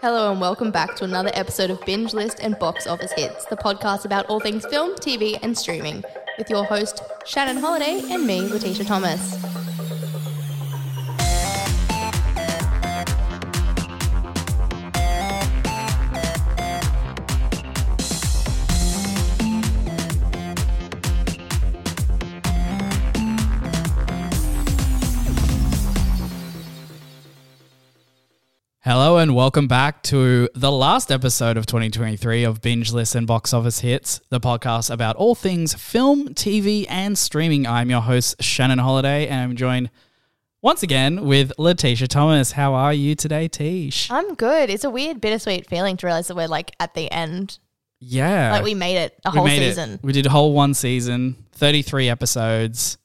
Hello and welcome back to another episode of Binge List and Box Office Hits, the podcast about all things film, TV, and streaming, with your host Shannon Holiday and me, Letitia Thomas. Hello and welcome back to the last episode of 2023 of Binge List and Box Office Hits, the podcast about all things film, TV, and streaming. I'm your host, Shannon Holiday, and I'm joined once again with Letitia Thomas. How are you today, Tish? I'm good. It's a weird, bittersweet feeling to realize that we're like at the end. Yeah. Like we made it a We whole made it. season. We did a whole one season, 33 episodes.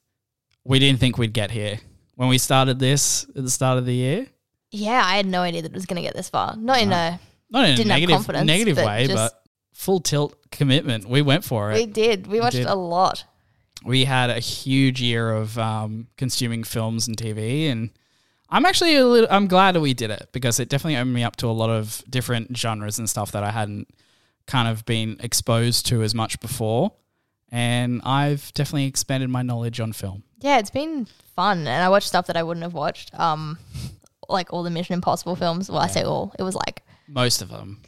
We didn't think we'd get here. When we started this at the start of the year, Yeah, I had no idea that it was going to get this far. Not in a. not in Didn't a have negative, confidence, negative but way, just- but full tilt commitment. We went for it. We did. We watched did. a lot. we had a huge year of um, consuming films and TV, and I'm actually a little, I'm glad that we did it because it definitely opened me up to a lot of different genres and stuff that I hadn't kind of been exposed to as much before, and I've definitely expanded my knowledge on film. Yeah, it's been fun, and I watched stuff that I wouldn't have watched. Um, like all the Mission Impossible films. Well, I say all. It was like Most of them,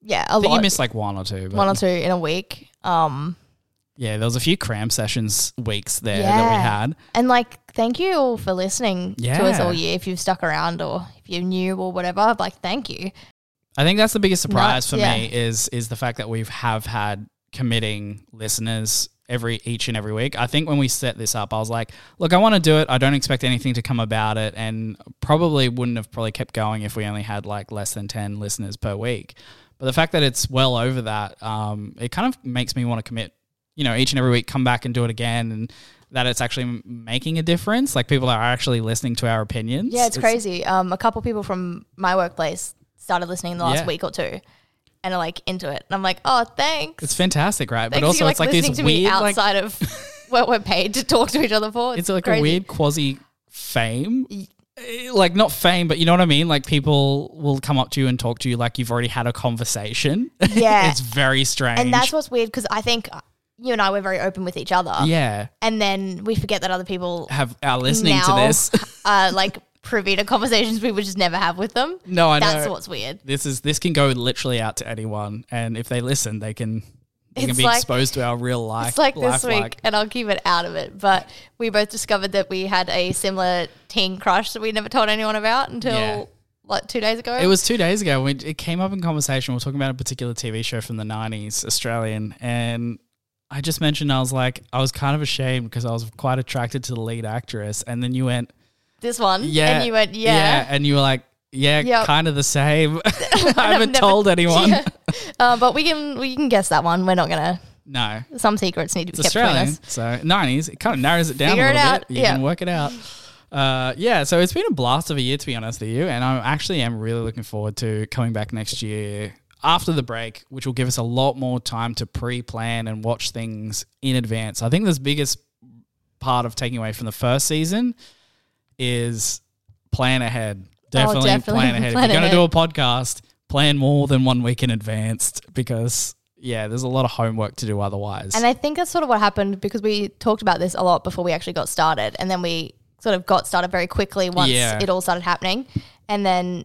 yeah, a I think lot. you missed like one or two. But one or two in a week. Um, Yeah, there was a few cram sessions weeks there that we Yeah. had. And like, thank you all for listening to us Yeah. all year. If you've stuck around or if you're new or whatever, like, thank you. I think that's the biggest surprise Nuts, for yeah. me is is the fact that we have had committing listeners every each and every week. I think when we set this up, I was like, look, I want to do it. I don't expect anything to come about it, and probably wouldn't have probably kept going if we only had like less than ten listeners per week. But the fact that it's well over that, um, it kind of makes me want to commit. You know, each and every week, come back and do it again, and that it's actually m- making a difference. Like people are actually listening to our opinions. Yeah, it's, crazy. Um, a couple people from my workplace started listening in the last Yeah. week or two and are like into it. And I'm like, oh, thanks. It's fantastic, right? thanks but also, for, it's like these listening weird, to me like, outside of what we're paid to talk to each other for. it's like crazy. a weird quasi fame. Eh, Like not fame, but you know what I mean. Like people will come up to you and talk to you like you've already had a conversation. Yeah. it's very strange. And that's what's weird because I think you and I were very open with each other. yeah, And then we forget that other people have are listening now to this. are like privy to conversations we would just never have with them. no, I That's know what's weird. this is this can go literally out to anyone, and if they listen, they can they can It's be like- exposed to our real life. It's like this week, lifelike. and I'll keep it out of it. But we both discovered that we had a similar teen crush that we never told anyone about until Yeah. like two days ago. It was two days ago. When it came up in conversation. We were talking about a particular TV show from the 90s, Australian. And I just mentioned, I was like, I was kind of ashamed because I was quite attracted to the lead actress. And then you went, this one. yeah. And you went, yeah. And you were like, yeah, Yep. kind of the same. I haven't never- told anyone. Yeah. Uh, but we can we can guess that one. We're not gonna. No. Some secrets need to be It's kept between Australian. us. So 90s, it kind of narrows it down Figure a it little out, bit. You yeah. can work it out. Uh, yeah, so it's been a blast of a year to be honest with you, and I actually am really looking forward to coming back next year after the break, which will give us a lot more time to pre-plan and watch things in advance. I think this biggest part of taking away from the first season is plan ahead. Definitely, Oh, definitely plan ahead. plan if you're going ahead. to do a podcast, plan more than one week in advance because yeah, there's a lot of homework to do otherwise. And I think that's sort of what happened because we talked about this a lot before we actually got started, and then we sort of got started very quickly once Yeah. it all started happening, and then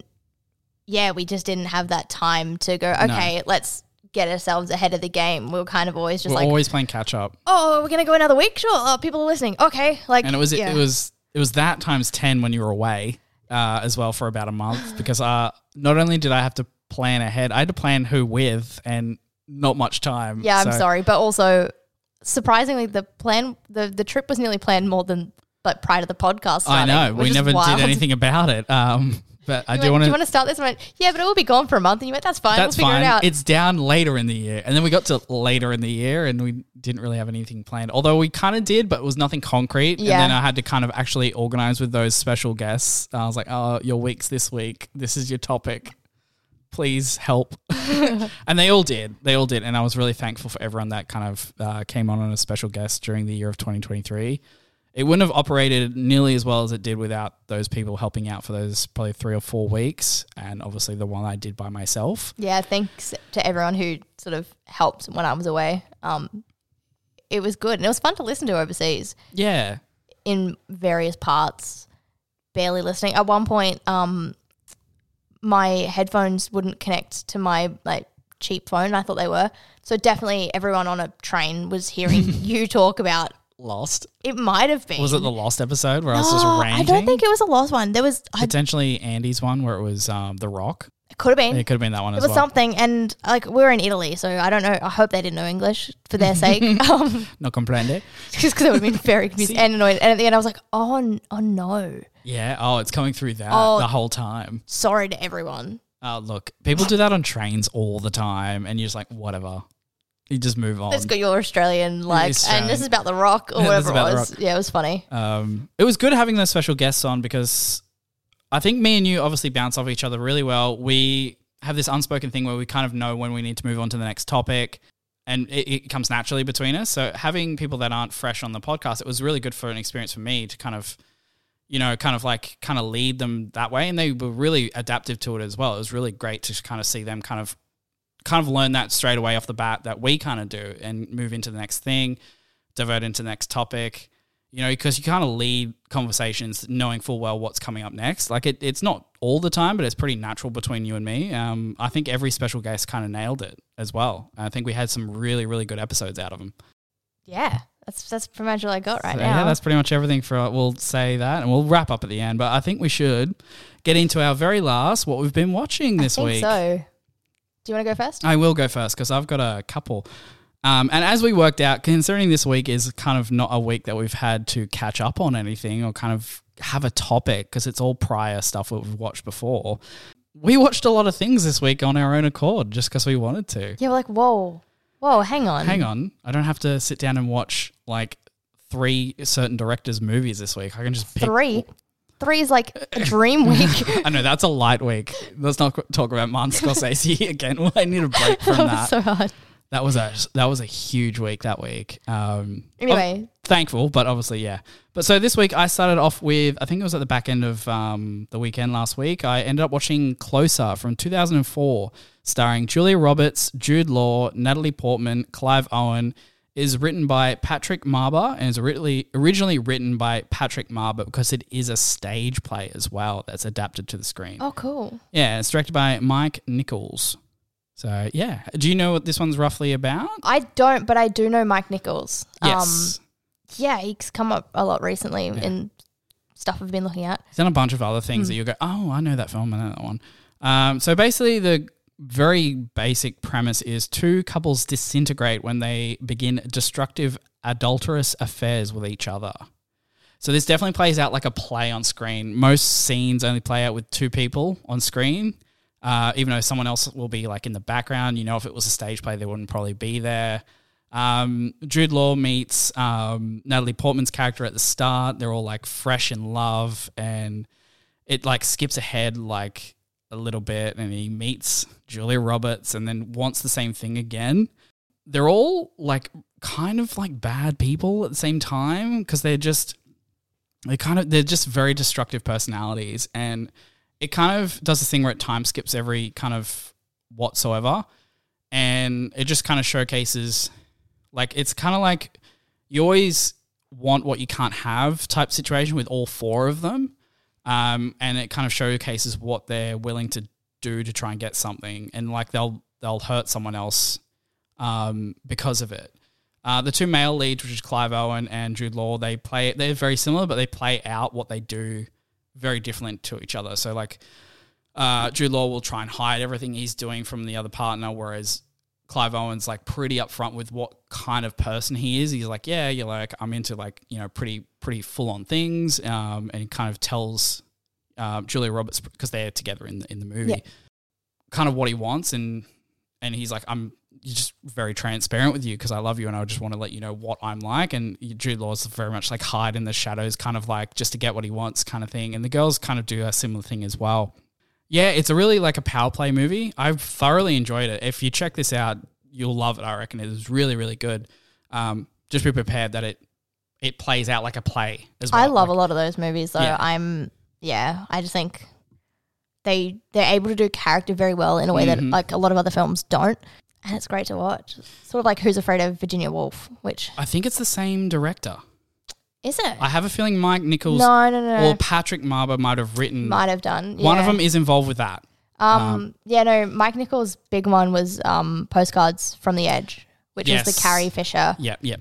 yeah, we just didn't have that time to go. Okay, let's get ourselves ahead of the game. We were kind of always just We're like, always playing catch up. oh, we're gonna go another week. Sure, oh, people are listening. Okay, like, and it was yeah. it was it was that times ten when you were away uh, as well for about a month because uh, not only did I have to plan ahead, I had to plan who with and not much time. yeah. I'm So sorry, but also surprisingly, the plan the the trip was nearly planned more than but prior to the podcast. I starting, know which we is never wild. did anything about it. Um, but I You do went, want do you to. want to start this? And I went, yeah, but it will be gone for a month. And you went, that's fine. That's we'll figure fine. it out. It's down later in the year, and then we got to later in the year, and we didn't really have anything planned. Although we kind of did, but it was nothing concrete. Yeah. And then I had to kind of actually organize with those special guests. I was like, "Oh, your week's this week. This is your topic. Please help." and they all did. They all did, and I was really thankful for everyone that kind of uh, came on on a special guest during the year of 2023. it wouldn't have operated nearly as well as it did without those people helping out for those probably three or four weeks, and obviously the one I did by myself. Yeah, thanks to everyone who sort of helped when I was away. Um, it was good and it was fun to listen to overseas Yeah, in various parts. Barely listening. At one point, um, my headphones wouldn't connect to my like cheap phone. I thought they were so definitely everyone on a train was hearing you talk about. Lost It might have been. was it the Lost episode where I was just Oh, ranting? I don't think it was a lost one. There was. I, potentially Andy's one where it was um, the Rock. it could have been. It could have been that one It as was well. something, and like we were in Italy, so I don't know. I hope they didn't know English for their sake, um, No comprende. just because I would have been very confused See- and annoyed. And at the end, I was like, "Oh, n- oh no, Yeah. Oh, it's coming through that Oh. the whole time. sorry to everyone." Oh, look, people do that on trains all the time, and you're just like, whatever. You just move on. Let's go, your Australian, like, Australian. and this is about the Rock or This whatever is about it The was. Yeah, it was funny. Um, it was good having those special guests on because I think me and you obviously bounce off each other really well. We have this unspoken thing where we kind of know when we need to move on to the next topic, and it, it comes naturally between us. So having people that aren't fresh on the podcast, it was really good for an experience for me to kind of, you know, kind of like kind of lead them that way, and they were really adaptive to it as well. It was really great to kind of see them kind of kind of learn that straight away off the bat that we kind of do and move into the next thing, divert into the next topic, you know, because you kind of lead conversations knowing full well what's coming up next. Like it, it's not all the time, but it's pretty natural between you and me. Um, I think every special guest kind of nailed it as well. I think we had some really, really good episodes out of them. Yeah, that's that's pretty much all I got right So, now. Yeah, that's pretty much everything for. We'll say that, and we'll wrap up at the end. But I think we should get into our very last what we've been watching this I think week. so. Do you want to go first? I will go first because I've got a couple. Um, and as we worked out, considering this week is kind of not a week that we've had to catch up on anything or kind of have a topic because it's all prior stuff that we've watched before, we watched a lot of things this week on our own accord just because we wanted to. yeah, we're like, whoa, whoa, hang on, Hang on, I don't have to sit down and watch like three certain directors' movies this week. I can just pick three, three is like a dream week. I know that's a light week. Let's not qu- talk about Martin Scorsese again. I need a break from that that. was so hard. That was a that was a huge week that week. Um, Anyway. I'm thankful, but obviously, yeah. But so this week I started off with I think it was at the back end of um, the weekend last week. I ended up watching Closer from 2004, starring Julia Roberts, Jude Law, Natalie Portman, Clive Owen. Is written by Patrick Marber and is originally originally written by Patrick Marber because it is a stage play as well that's adapted to the screen. Oh, cool. Yeah, it's directed by Mike Nichols. So yeah, do you know what this one's roughly about? I don't, but I do know Mike Nichols. Um, Yes, yeah, he's come up a lot recently in stuff I've been looking at. he's done a bunch of other things that you go, oh, I know that film, I know that one. Um, so basically, the very basic premise is two couples disintegrate when they begin destructive, adulterous affairs with each other. So this definitely plays out like a play on screen. Most scenes only play out with two people on screen. Uh, even though someone else will be like in the background, you know, if it was a stage play, they wouldn't probably be there. Um, Jude Law meets um, Natalie Portman's character at the start. They're all like fresh in love, and it like skips ahead like a little bit, and he meets Julia Roberts, and then wants the same thing again they're all like kind of like bad people at the same time because they're just they kind of they're just very destructive personalities and it kind of does this thing where it time skips every kind of whatsoever and it just kind of showcases like it's kind of like you always want what you can't have type situation with all four of them um, and it kind of showcases what they're willing to do to try and get something and like they'll they'll hurt someone else um, because of it. Uh, the two male leads, which is Clive Owen and Jude Law, they play they're very similar, but they play out what they do very different to each other. So like uh, Jude Law will try and hide everything he's doing from the other partner, whereas Clive Owen's like pretty upfront with what kind of person he is. He's like, yeah, you're like I'm into like you know pretty pretty full on things, um, and kind of tells um, Julia Roberts because they're together in the, in the movie, Yeah. kind of what he wants, and and he's like, I'm you're just very transparent with you because I love you and I just want to let you know what I'm like. And Jude Law's very much like hide in the shadows, kind of like just to get what he wants, kind of thing. And the girls kind of do a similar thing as well. Yeah, it's a really like a power play movie. I've thoroughly enjoyed it. If you check this out, you'll love it. I reckon it is really really good. Um, just be prepared that it it plays out like a play as well. I love Like, a lot of those movies though. Yeah. I'm yeah, I just think they they're able to do character very well in a way that Mhm. like a lot of other films don't. And it's great to watch. Sort of like Who's Afraid of Virginia Woolf, which I think it's the same director. is it? I have a feeling Mike Nichols no, no, no. or Patrick Marber might have written. Might have done. One of yeah. them is involved with that. Um, yeah, no, Mike Nichols' big one was um, Postcards from the Edge, which is Yes. the Carrie Fisher, Yeah, yeah,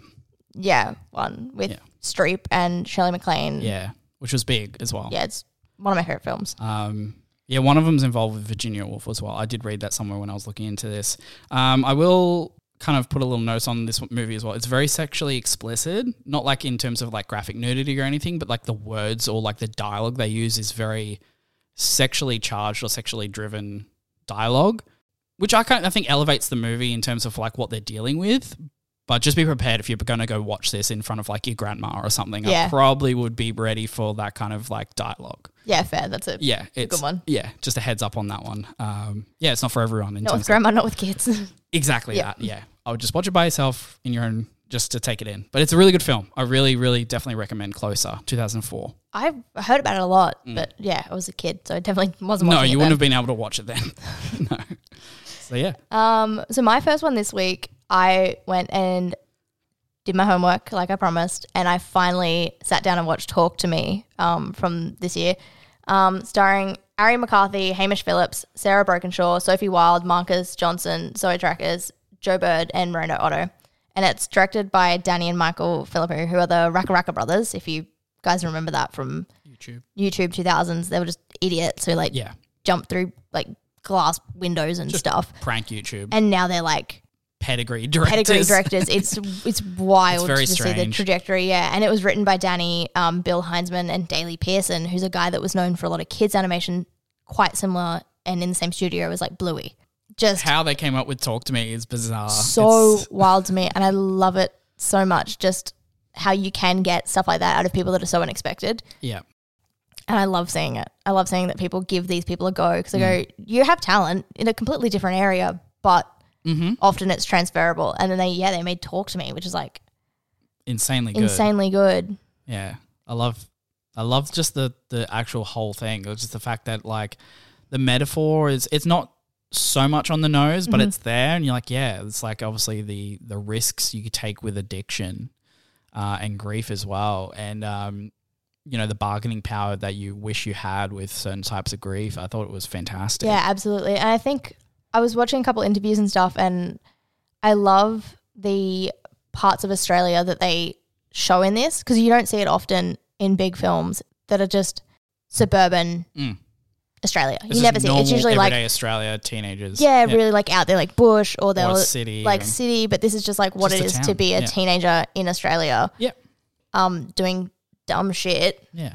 yeah, one with Yeah. Streep and Shirley MacLaine. yeah, which was big as well. Yeah, it's one of my favorite films. Um, yeah, one of them's involved with Virginia Woolf as well. I did read that somewhere when I was looking into this. Um, I will kind of put a little note on this movie as well. It's very sexually explicit, not like in terms of like graphic nudity or anything, but like the words or like the dialogue they use is very sexually charged or sexually driven dialogue, which I kind of, I think elevates the movie in terms of like what they're dealing with. But just be prepared if you're going to go watch this in front of like your grandma or something. I Yeah. probably would be ready for that kind of like dialogue. Yeah, fair. That's it. Yeah, it's, good one. Yeah, just a heads up on that one. Um, yeah, it's not for everyone in Not with terms of grandma, not with kids. exactly Yeah. that. Yeah, I would just watch it by yourself in your own just to take it in. But it's a really good film. I really, really definitely recommend Closer, two thousand four. I've heard about it a lot, but yeah, I was a kid, so I definitely wasn't. Mm. No, watching you it wouldn't then. have been able to watch it then. no. So yeah, Um, so my first one this week, I went and did my homework like I promised, and I finally sat down and watched Talk to Me um, from this year, um, starring Ari McCarthy, Hamish Phillips, Sarah Brokenshaw, Sophie Wilde, Marcus Johnson, Zoe Trackers, Joe Bird, and Miranda Otto. And it's directed by Danny and Michael Philippou, who are the Raka Raka brothers. If you guys remember that from YouTube. YouTube 2000s, they were just idiots who like Yeah, jumped through like glass windows and stuff prank YouTube. and now they're like Pedigree directors. pedigree directors. It's it's wild It's very to see the strange. trajectory. Yeah, and it was written by Danny, um, Bill Heinzman, and Daley Pearson, who's a guy that was known for a lot of kids animation, quite similar and in the same studio as like Bluey. Just How they came up with Talk to Me is bizarre. so It's- wild to me, and I love it so much. Just how you can get stuff like that out of people that are so unexpected. yeah, And I love seeing it. I love seeing that people give these people a go because I Mm. go, you have talent in a completely different area, but Mm-hmm. often it's transferable. And then they, yeah, they made talk to me, which is like insanely good. insanely good. Yeah. I love I love just the the actual whole thing. It's just the fact that like the metaphor is it's not so much on the nose, Mm-hmm. but it's there and you're like, yeah, it's like obviously the the risks you could take with addiction uh, and grief as well. And um you know the bargaining power that you wish you had with certain types of grief. I thought it was fantastic. Yeah, absolutely. And I think I was watching a couple interviews and stuff, and I love the parts of Australia that they show in this because you don't see it often in big films that are just suburban Mm. Australia. It's you just never see it. It's normal usually like, everyday Australia teenagers. yeah, really like out there, like bush or Or they'll city. like and- city, but this is just like what Just it a is to town, be a yeah. teenager in Australia. Yep. Um, doing dumb shit yeah,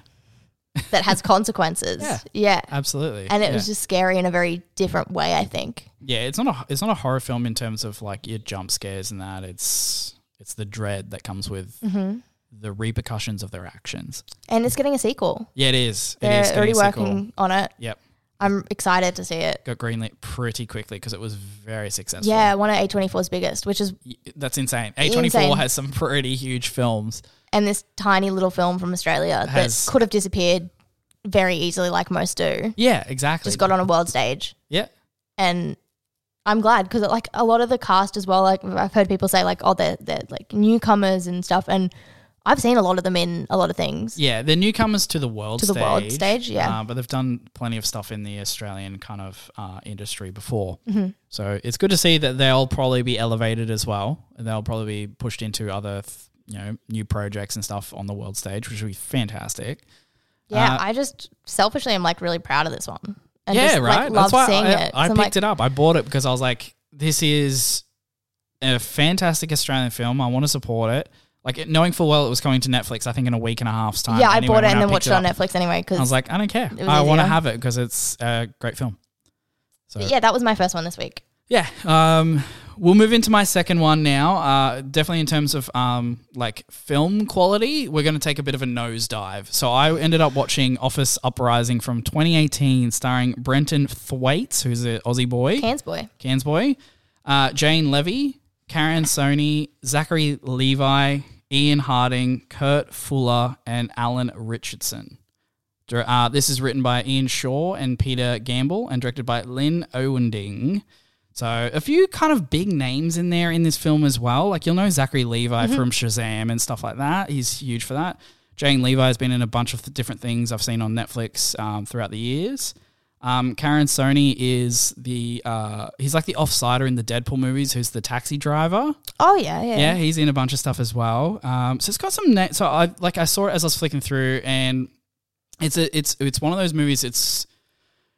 that has consequences. Yeah. yeah. absolutely. and it yeah. was just scary in a very different way. I think. Yeah, it's not a it's not a horror film in terms of like your jump scares and that. It's it's the dread that comes with Mm-hmm. the repercussions of their actions. And it's getting a sequel. Yeah, it is. They're it is already getting a sequel. working on it. Yep, I'm excited to see it. got greenlit pretty quickly because it was very successful. Yeah, one of A24's biggest, which is Y- that's insane. A twenty Insane. four has some pretty huge films. and this tiny little film from Australia Has- that could have disappeared very easily, like most do. Yeah, exactly. Just got on a world stage, yeah, and I'm glad because like a lot of the cast as well. Like I've heard people say like, oh, they're they're like newcomers and stuff, and I've seen a lot of them in a lot of things. yeah. They're newcomers to the world To the stage, world stage, yeah. uh, but they've done plenty of stuff in the Australian kind of uh, industry before. Mm-hmm. So it's good to see that they'll probably be elevated as well. And they'll probably be pushed into other, th- you know, new projects and stuff on the world stage, which will be fantastic. Yeah, Uh, I just selfishly am like really proud of this one. And yeah, just, Like, right. love That's why seeing I, it. I So I'm picked like, it up. I bought it because I was like, this is a fantastic Australian film. I want to support it. Like it- knowing full well it was coming to Netflix, I think in a week and a half's time. yeah, I anyway, bought it when and then picked watched it on up, Netflix anyway. I was Because like, I don't care. was I want to easier. have it because it's a great film. So yeah, that was my first one this week. Yeah. Um, we'll move into my second one now. Uh, definitely in terms of um, like film quality, we're going to take a bit of a nosedive. So I ended up watching Office Uprising from 2018, starring Brenton Thwaites, who's an Aussie boy, Cairns boy. Cairns boy, uh, Jane Levy, Karen Sony, Zachary Levi, Ian Harding, Kurt Fuller, and Alan Richardson. Dir- Uh, this is written by Ian Shaw and Peter Gamble and directed by Lynn Owending. So a few kind of big names in there in this film as well. Like you'll know Zachary Levi from Shazam and stuff like that. He's huge for that. Jane Levi has been in a bunch of th- different things I've seen on Netflix um, throughout the years. Um, Karen Sony is the uh, he's like the offsider in the Deadpool movies, who's the taxi driver. Oh yeah, yeah. Yeah, he's in a bunch of stuff as well. Um, so it's got some. Na- so I like I saw it as I was flicking through, and it's a it's it's one of those movies. It's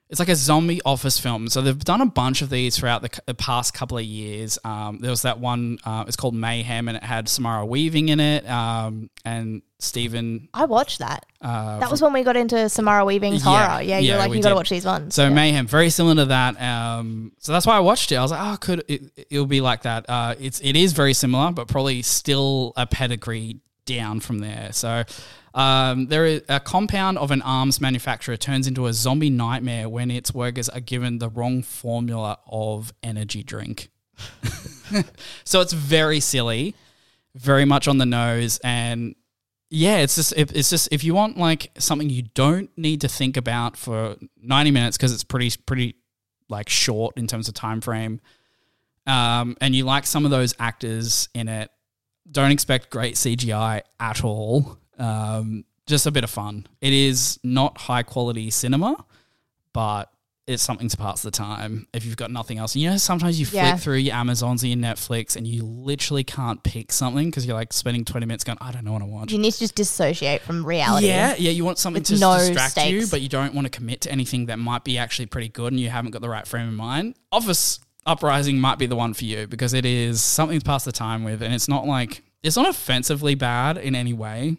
it's like a zombie office film. So they've done a bunch of these throughout the, c- the past couple of years. Um, there was that one. Uh, it's called Mayhem, and it had Samara Weaving in it, um, and Stephen. I watched that. Uh, That was when we got into Samara Weaving's Yeah, horror. Yeah, yeah, you're like we you got to did. watch these ones. So yeah. mayhem, very similar to that. Um, so that's why I watched it. I was like, oh, could it, it'll be like that? Uh, it's it is very similar, but probably still a pedigree down from there. So um, there is a compound of an arms manufacturer turns into a zombie nightmare when its workers are given the wrong formula of energy drink. so it's very silly, very much on the nose, and yeah, it's just it, it's just if you want like something you don't need to think about for ninety minutes because it's pretty pretty like short in terms of time frame, um, and you like some of those actors in it, don't expect great CGI at all. Um, just a bit of fun. It is not high quality cinema, but it's something to pass the time if you've got nothing else. And you know, sometimes you Yeah. flick through your Amazons and your Netflix and you literally can't pick something because you're like spending 20 minutes going, I don't know what I want. you need to just dissociate from reality. Yeah, yeah. You want something With to s- no distract you, stakes. but you don't want to commit to anything that might be actually pretty good, and you haven't got the right frame of mind. Office Uprising might be the one for you because it is something to pass the time with, and it's not like it's not offensively bad in any way.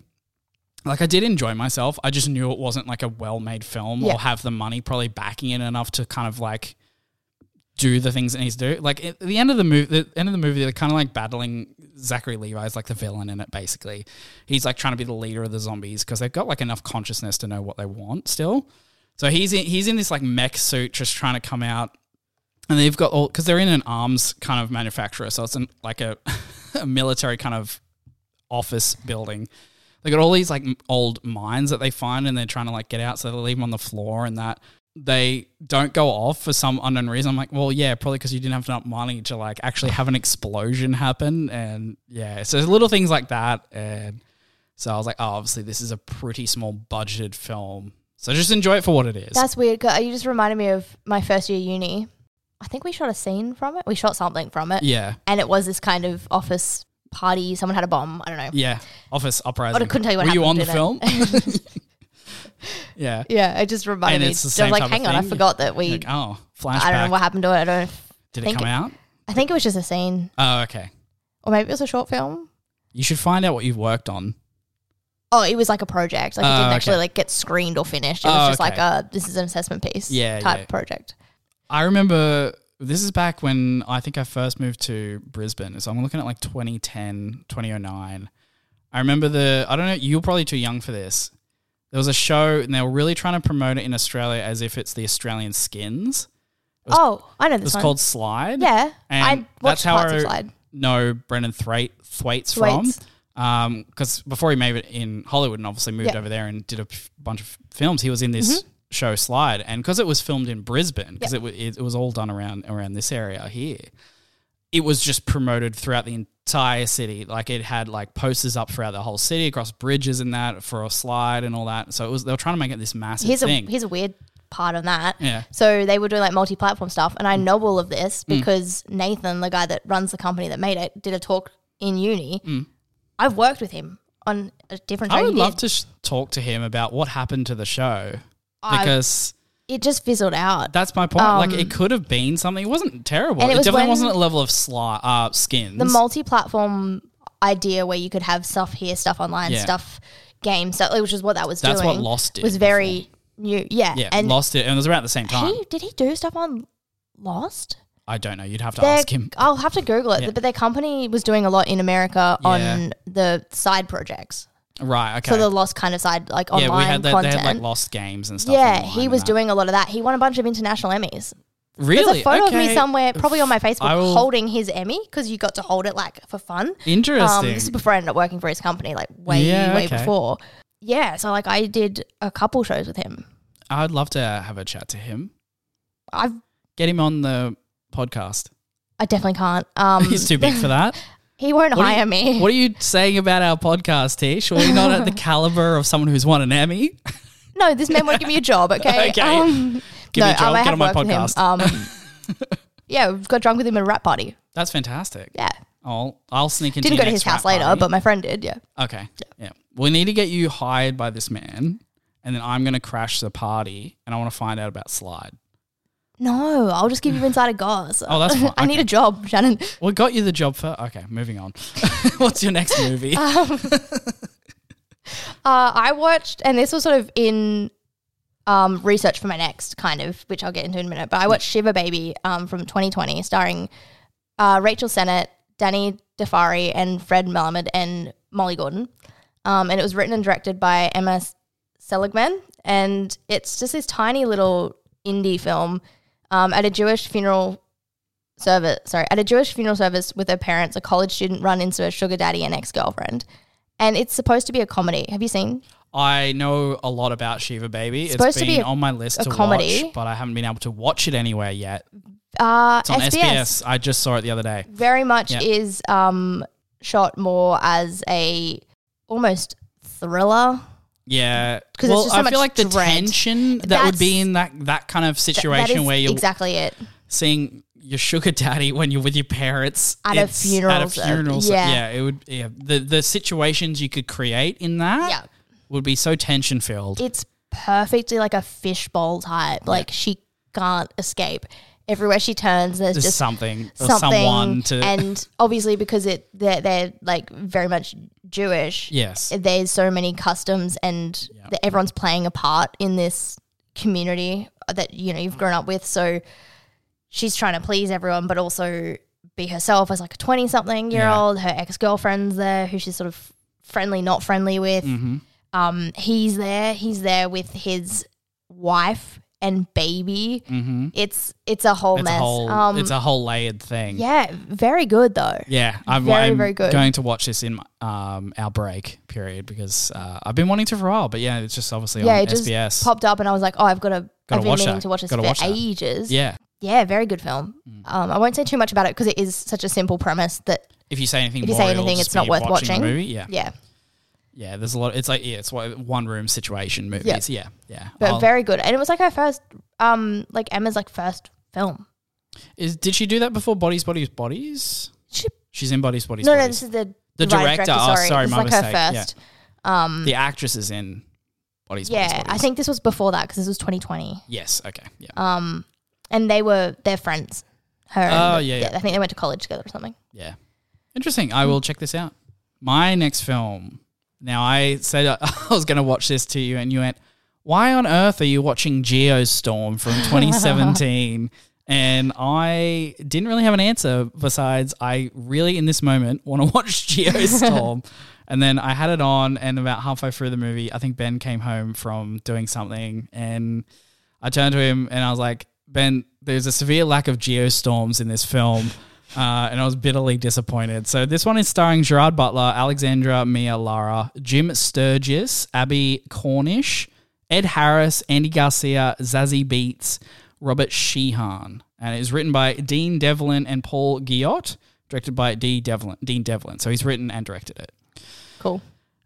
Like I did enjoy myself. I just knew it wasn't like a well-made film Yeah. or have the money probably backing it enough to kind of like do the things it needs to do. Like at the end of the movie, the end of the movie, they're kind of like battling Zachary Levi's like the villain in it. Basically, he's like trying to be the leader of the zombies because they've got like enough consciousness to know what they want still. So he's in, he's in this like mech suit, just trying to come out, and they've got all because they're in an arms kind of manufacturer, so it's an, like a, a military kind of office building. They got all these like m- old mines that they find, and they're trying to like get out, so they leave them on the floor, and that they don't go off for some unknown reason. I'm like, well, yeah, probably because you didn't have enough money to like actually have an explosion happen, and yeah, so little things like that, and so I was like, oh, obviously this is a pretty small budgeted film, so just enjoy it for what it is. That's weird. 'cause You just reminded me of my first year uni. I think we shot a scene from it. We shot something from it, yeah, and it was this kind of office party. Someone had a bomb. I don't know. yeah, Office Uprising. But I couldn't tell you what Were you on the happened film? yeah. Yeah, it just reminded And me. it's the So I was same like, type of hang on, I thing. forgot that we. Like, oh, flashback. I don't know what happened to it. I don't. know if- Did it think come it- out? I think it was just a scene, Oh, okay. or maybe it was a short film. You should find out what you've worked on. Oh, it was like a project. Like it Oh, didn't okay. actually like get screened or finished. It Oh, was just okay. like, uh, this is an assessment piece. Yeah, type yeah. project. I remember this is back when I think I first moved to Brisbane. So I'm looking at like 2010, 2009. I remember the, I don't know, you were probably too young for this. There was a show and they were really trying to promote it in Australia as if it's the Australian skins. was- oh, I know It this was one. called Slide. yeah, And I that's watched how parts I- of Slide. know Brendan Thwait, Thwaites from. Thwaites. Because before he made it in Hollywood and obviously moved Yeah. Mm-hmm. over there and did a f- bunch of films, he was in this show Slide. And because it was filmed in Brisbane, because it, wa- it, it was all done around around this area here, it was just promoted throughout the entire city. Like it had like posters up throughout the whole city, across bridges and that for a slide and all that. So it was they were trying to make it this massive here's thing. a here's a weird part on that. Yeah. Mm. So they were doing like multi-platform stuff, and I know all of this because Nathan, the guy that runs the company that made it, did a talk in uni. I've worked with him on a different. Mm. I show would he love did. to sh- talk to him about what happened to the show I- because. It just fizzled out. That's my point. like it could have been something. It wasn't terrible. Um, And it, it was definitely when- wasn't at the level of sli- uh, skins. the multi-platform idea where you could have stuff here, stuff online, Yeah. stuff games, stuff, which is what that was That's doing. what Lost did Was very new. Yeah. yeah, and lost it, and it was around the same time. he did he do stuff on Lost? I don't know. You'd have to Their- ask him. I'll have to Google it. But their company was doing a lot in America Yeah. on the side projects. Right. Okay. So the lost kind of side, like online yeah, we had that. They content. had like lost games and stuff. yeah, online he and was that. doing a lot of that. He won a bunch of international Emmys Really? There's a photo of Okay. me somewhere, probably on my Facebook, I will- holding his Emmy because you got to hold it like for fun. Um, Interesting. this is before I ended up working for his company, like way, Yeah, way okay. before. Yeah, so like I did a couple shows with him. I'd love to have a chat to him. I've Get him on the podcast. I definitely can't. Um, He's too big for that. he won't What are you- hire me. What are you saying about our podcast, Tish? We're not at the caliber of someone who's won an Emmy. No, this man won't give me a job. Okay. Okay. Um, Give me a job, I get have on my worked with him. podcast. Um, yeah, got drunk with him at a rap party. That's fantastic. Yeah, I'll I'll sneak into didn't your go to his next house rap later, party. but my friend did. Yeah. okay, yeah. We need to get you hired by this man, and then I'm gonna crash the party, and I want to find out about Slide. No, I'll just give you inside a gauze. Oh, that's fine. I need a job, Shannon. We got you the job for. Okay, moving on. What's your next movie? Uh, I watched, and this was sort of in um, research for my next kind of, which I'll get into in a minute. But I watched Shiver Baby um, from 2020, starring uh, Rachel Sennett, Danny DeFari, and Fred Melamed and Molly Gordon. Um, and it was written and directed by Emma Seligman, and it's just this tiny little indie film um, at a Jewish funeral service. Sorry, at a Jewish funeral service with her parents, a college student run into a sugar daddy and ex girlfriend, and it's supposed to be a comedy. Have you seen? I know a lot about Shiva Baby. It's supposed to been be a- on my list a to comedy. watch, but I haven't been able to watch it anywhere yet. Uh, It's on SBS. SBS. I just saw it the other day. Very much Yeah. is um, shot more as a almost thriller. Yeah, 'Cause it's just so I feel much like the dread. tension that would be That's- in that that kind of Th- that situation is where you're exactly it. seeing your sugar daddy when you're with your parents At a it's- funeral At a service. funeral, ser- Yeah. yeah, it would. Yeah, the the situations you could create in that Yeah. would be so tension filled. It's perfectly like a fishbowl type. Like she can't escape. Everywhere she turns, there's There's just something, or something. someone to and obviously, because it they're, they're like very much Jewish. yes, there's so many customs and that everyone's playing a part in this community that you know you've grown up with so she's trying to please everyone but also be herself as like a 20 something year Yeah. old her ex-girlfriend's there who she's sort of friendly not friendly with Mm-hmm. um he's there he's there with his wife and baby hmm it's it's a whole it's a mess whole um it's a whole layered thing. yeah very good though Yeah, I'm, Very, I'm very good. going to watch this in my- um, our break period because uh, I've been wanting to for a while, but yeah, it's just obviously yeah on it just SBS. popped up and i was like oh i've got to Gotta I've been watch meaning that. to watch this Gotta for watch that. ages. yeah, Yeah, very good film. Mm. Um, I won't say too much about it because it is such a simple premise that if you say anything, If you more, say it'll anything, just it's not be worth watching. watching. The movie, yeah, yeah, Yeah, there's a lot. It's like yeah, it's what one room situation movies. Yeah. Yeah, yeah. Oh, but I'll- very good. And it was like her first, um, like Emma's like first film. is, did she do that before Bodies, Bodies, Bodies? She- She's in Bodies, Bodies, no, no, Bodies. this is the The writer director. Oh, sorry, this is like my mistake. her Yeah. first. Yeah, um, the actress is in Bodies, Bodies, yeah Bodies. I think this was before that because this was 2020. Yes. Okay. Yeah. Um, and they were they're friends. Her. and Oh, the- yeah, yeah. I think they went to college together or something. Yeah. Interesting. I will check this out. My next film. Now, I said I was going to watch this to you, and you went, Why on earth are you watching Geostorm from 2017? and I didn't really have an answer besides, I really, in this moment, want to watch Geostorm. and then I had it on, and about halfway through the movie, I think Ben came home from doing something, and I turned to him and I was like, Ben, there's a severe lack of geostorms in this film. Uh, and I was bitterly disappointed. So this one is starring Gerard Butler, Alexandra Mia Lara, Jim Sturgis, Abby Cornish, Ed Harris, Andy Garcia, Zazie Beats, Robert Sheehan. And it is written by Dean Devlin and Paul Guillot, directed by D. Devlin, Dean Devlin. So he's written and directed it. Cool.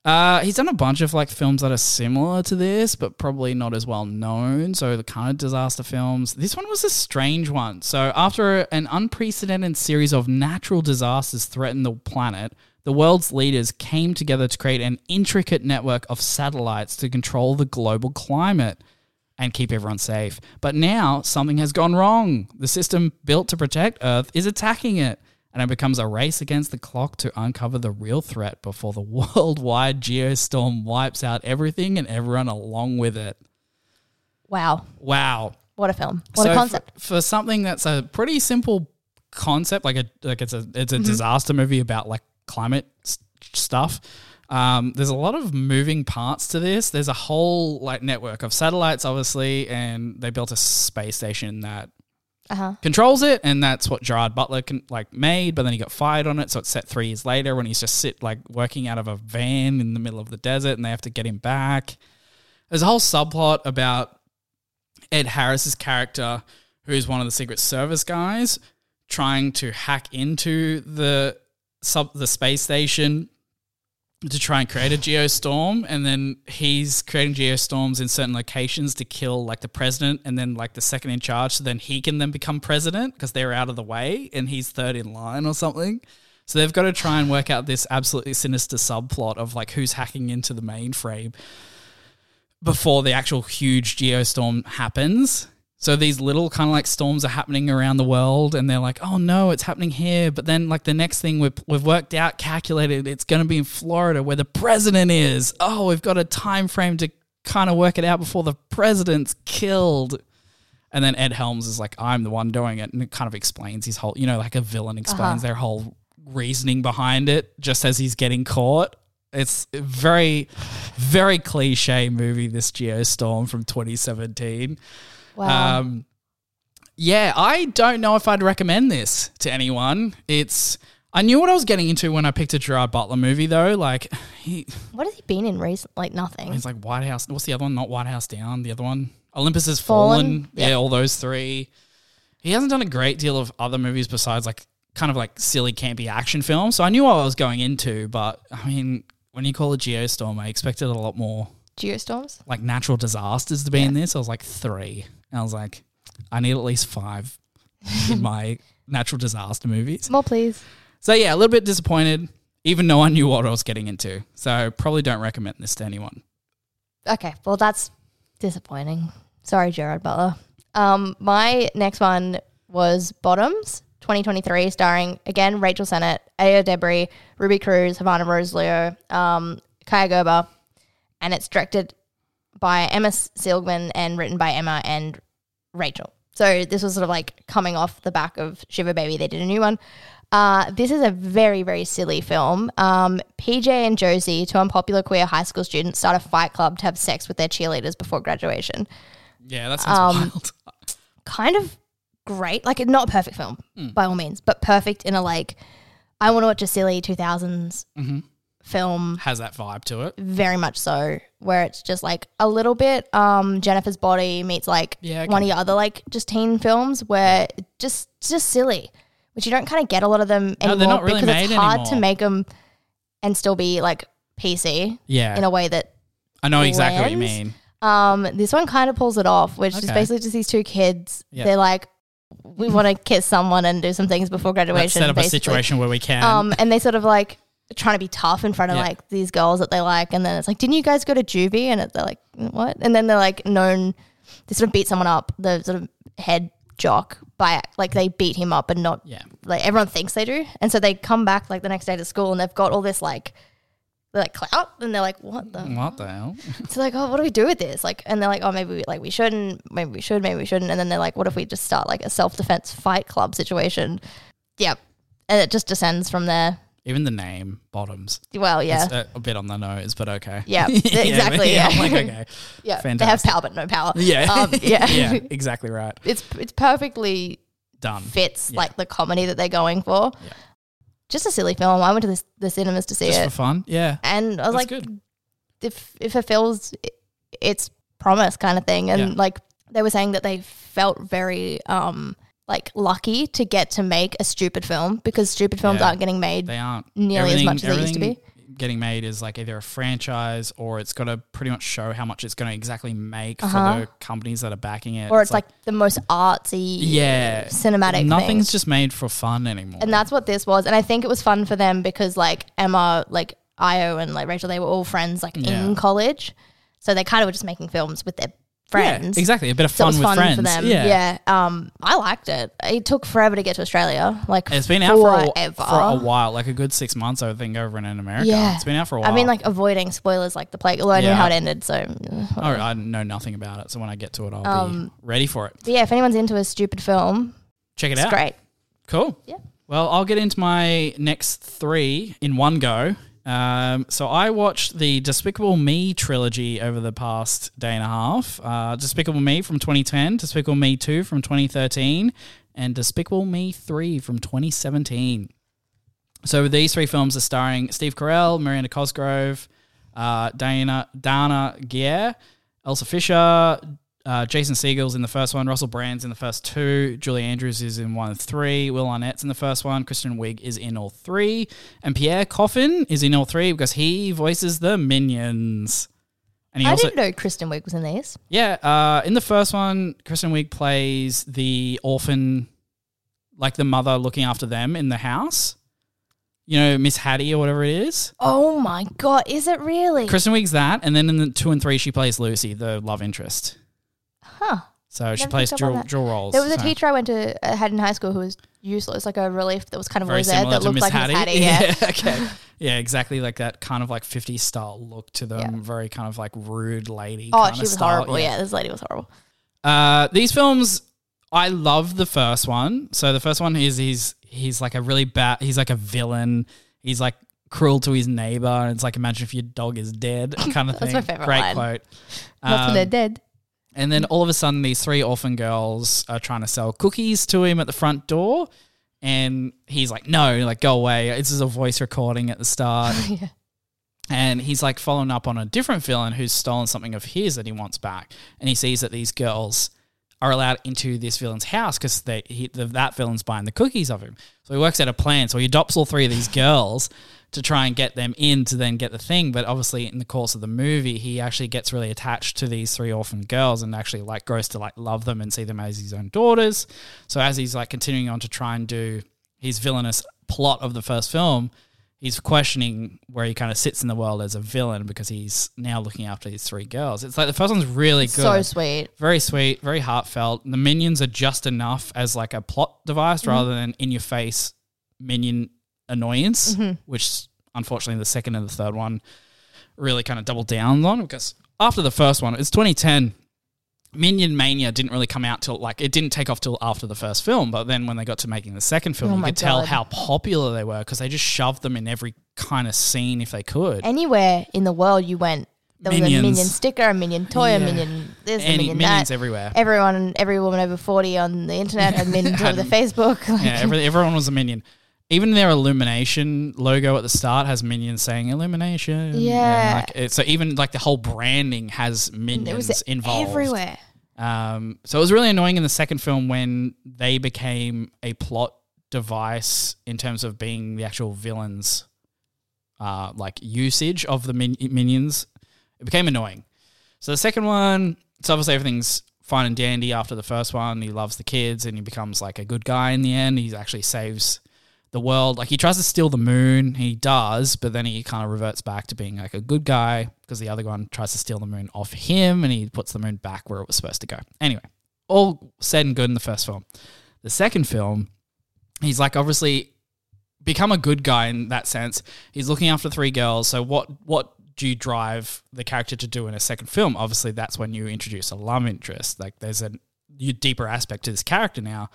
Uh, he's done a bunch of like films that are similar to this, but probably not as well known. So the kind of disaster films. This one was a strange one. So after an unprecedented series of natural disasters threatened the planet, the world's leaders came together to create an intricate network of satellites to control the global climate and keep everyone safe. But now something has gone wrong. The system built to protect Earth is attacking it, and it becomes a race against the clock to uncover the real threat before the worldwide geostorm wipes out everything and everyone along with it. Wow, Wow. what a film! What So a for- concept. For, something that's a pretty simple concept, like a like it's a it's a Mm-hmm. disaster movie about like climate s- stuff. Um, there's a lot of moving parts to this. There's a whole like network of satellites, obviously, and they built a space station that Uh-huh. controls it, and that's what Gerard Butler can, like made. But then he got fired on it, so it's set three years later when he's just sit like working out of a van in the middle of the desert, and they have to get him back. There's a whole subplot about Ed Harris's character, who's one of the Secret Service guys, trying to hack into the sub the space station to try and create a geostorm and then he's creating geostorms in certain locations to kill like the president and then like the second in charge so then he can then become president because they're out of the way and he's third in line or something so they've got to try and work out this absolutely sinister subplot of like who's hacking into the mainframe before the actual huge geostorm happens. So these little kind of like storms are happening around the world, and they're like, "Oh no, it's happening here!" But then, like the next thing we've we've worked out, calculated, it's going to be in Florida where the president is. Oh, we've got a time frame to kind of work it out before the president's killed. And then Ed Helms is like, "I'm the one doing it," and it kind of explains his whole, you know, like a villain explains their whole reasoning behind it, just as he's getting caught. It's very, very cliche movie. This Geostorm from 2017. Wow. Um, yeah, I don't know if I'd recommend this to anyone. It's I knew what I was getting into when I picked a Gerard Butler movie, though. Like he, what has he been in recent? Like nothing. he's like White House. What's the other one? Not White House Down. The other one, Olympus Has Fallen. Fallen? Yeah, Yeah. all those three. He hasn't done a great deal of other movies besides like kind of like silly campy action films. So I knew what I was going into, but I mean, when you call it Geostorm, I expected a lot more Geostorms. like natural disasters to be in this. I was like three. And I was like, I need at least five in my natural disaster movies. More, please. So yeah, a little bit disappointed, even though I knew what I was getting into. So probably don't recommend this to anyone. Okay. Well, that's disappointing. Sorry, Gerard Butler. Um, my next one was Bottoms 2023, starring again Rachel Sennett, Aya Debris, Ruby Cruz, Havana Rose Leo, um, Kaya Gerber, and it's directed by Emma Silgman and written by Emma and Rachel. So this was sort of like coming off the back of Shiver Baby. They did a new one. Uh, this is a very, very silly film. Um, PJ and Josie, two unpopular queer high school students, start a fight club to have sex with their cheerleaders before graduation. Yeah, that sounds Um, wild. Kind of great. Like, not a perfect film by all means, but perfect in a like, I want to watch a silly 2000s film Has that vibe to it. very much so where it's just like a little bit um jennifer's body meets like Yeah, okay. one of the other like just teen films where it just just silly which you don't kind of get a lot of them they're anymore not really because it's made hard to anymore. make them and still be like pc Yeah. in a way that I know exactly what you plans. mean. um this one kind of pulls it off which is Okay. basically just these two kids Yeah. they're like we want to kiss someone and do some things before Let's graduation set up a basically. situation where we can. Um, and they sort of like trying to be tough in front of Yeah. like these girls that they like, and then it's like, didn't you guys go to juvie? And it, they're like, what? And then they're like known. They sort of beat someone up. The sort of head jock by like they beat him up and not yeah. like everyone thinks they do, and so they come back like the next day to school and they've got all this like. They're like clout, and they're like, "What the?" What the hell? So like, "Oh, what do we do with this?" Like, and they're like, "Oh, maybe we, like we shouldn't, maybe we should, maybe we shouldn't." And then they're like, "What if we just start like a self defense fight club situation?" Yep, and it just descends from there. Even the name, Bottoms. Well, yeah, It's a, a bit on the nose, but okay. Yeah, exactly, I'm yeah. like, okay. yeah. They have fantastic. power, but no power. Yeah. um, yeah. yeah, exactly right. It's it's perfectly Done. fits Yeah. like the comedy that they're going for. Yeah. Just a silly film. I went to the, the cinemas to see Just it, for fun. Yeah. and I was That's like, good. if if it feels i- its promise, kind of thing. And Yeah. like they were saying that they felt very um like lucky to get to make a stupid film because stupid films Yeah. aren't getting made. They aren't nearly as much as they used to everything Getting made is like either a franchise or it's got to pretty much show how much it's going to exactly make for Uh-huh. the companies that are backing it. or it's, like, the most artsy, yeah, cinematic. thing. Nothing's just made for fun anymore. and that's what this was and i think it was fun for them because like emma like io and like rachel they were all friends like Yeah. in college so they kind of were just making films with their Yeah, friends exactly. A bit of so it fun was with fun friends. for them Yeah. yeah. um i liked it it took forever to get to australia like And It's been out for a, forever. for a while, like a good six months, I think, over in America. Yeah. It's been out for a while. i mean like avoiding spoilers like the plague although i knew Yeah. how it ended so mm. Oh, I know nothing about it. So when I get to it, I'll Um, be ready for it. but yeah if anyone's into a stupid film Check it it's out. great Cool. Yeah. Well, I'll get into my next three in one go. Um, so I watched the Despicable Me trilogy over the past day and a half. Uh, Despicable Me from 2010, Despicable Me 2 from 2013, and Despicable Me 3 from 2017. So these three films are starring Steve Carell, Miranda Cosgrove, uh, Diana Dana Gier, Elsa Fisher, uh, Jason Segel's in the first one, Russell Brand's in the first two, Julie Andrews is in one and three, Will Arnett's in the first one, Kristen Wiig is in all three, and Pierre Coffin is in all three because he voices the minions. And he I also didn't know Kristen Wiig was in these. yeah, uh, in the first one, Kristen Wiig plays the orphan, like the mother looking after them in the house. You know, Miss Hattie or whatever it is. Oh my god, is it really? Kristen Wiig's that, and then in the two and three, she plays Lucy, the love interest. huh. So she Never plays picked up on dual, that. dual roles. There was a so teacher I went to uh, had in high school who was useless, like a relief that was kind of always there that looked like Miss Hattie. Yeah. okay. Yeah, exactly like that kind of like 50s style look to them, very kind of like rude lady. Oh, kind she of was style. horrible. Yeah. this lady was horrible. Uh, these films, I love the first one. So the first one is he's he's like a really bad. He's like a villain. He's like cruel to his neighbor, and it's like imagine if your dog is dead, kind of That's thing. my favorite Great line. quote. Not Um, when they're dead. and then all of a sudden, these three orphan girls are trying to sell cookies to him at the front door. And he's like, no, like, go away. This is a voice recording at the start. Yeah. And he's like following up on a different villain who's stolen something of his that he wants back. And he sees that these girls are allowed into this villain's house because the, that villain's buying the cookies of him. So he works out a plan. So he adopts all three of these girls to try and get them in to then get the thing. But obviously, in the course of the movie, he actually gets really attached to these three orphan girls and actually like grows to like love them and see them as his own daughters. So as he's like continuing on to try and do his villainous plot of the first film, he's questioning where he kind of sits in the world as a villain because he's now looking after these three girls. It's like the first one's really good So sweet. very sweet, very heartfelt. The minions are just enough as like a plot Mm-hmm. device rather than in your face minion annoyance, Mm-hmm. which unfortunately the second and the third one really kind of doubled down on because after the first one, it's 2010. Minion Mania didn't really come out till like it didn't take off till after the first film, but then when they got to making the second film, Oh you my could tell God. how popular they were because they just shoved them in every kind of scene if they could. Anywhere in the world you went, there was a minion Minions. sticker, a minion toy, Yeah. a minion this, a Any minion minions that. everywhere. Everyone, every woman over forty on the internet had minions over the Facebook. Like, Yeah, every, everyone was a minion. Even their illumination logo at the start has minions saying illumination. Yeah. like, it, so even like the whole branding has minions it was involved. everywhere. Um, so it was really annoying in the second film when they became a plot device in terms of being the actual villains, uh, like usage of the min- minions. It became annoying. So the second one, it's obviously everything's fine and dandy after the first one. He loves the kids and he becomes like a good guy in the end. He actually saves the world. Like he tries to steal the moon, he does, but then he kind of reverts back to being like a good guy because the other one tries to steal the moon off him and he puts the moon back where it was supposed to go. Anyway, all said and good in the first film. The second film, he's like obviously become a good guy in that sense. He's looking after three girls. So what what do you drive the character to do in a second film? Obviously, that's when you introduce a love interest. Like there's a you deeper aspect to this character now.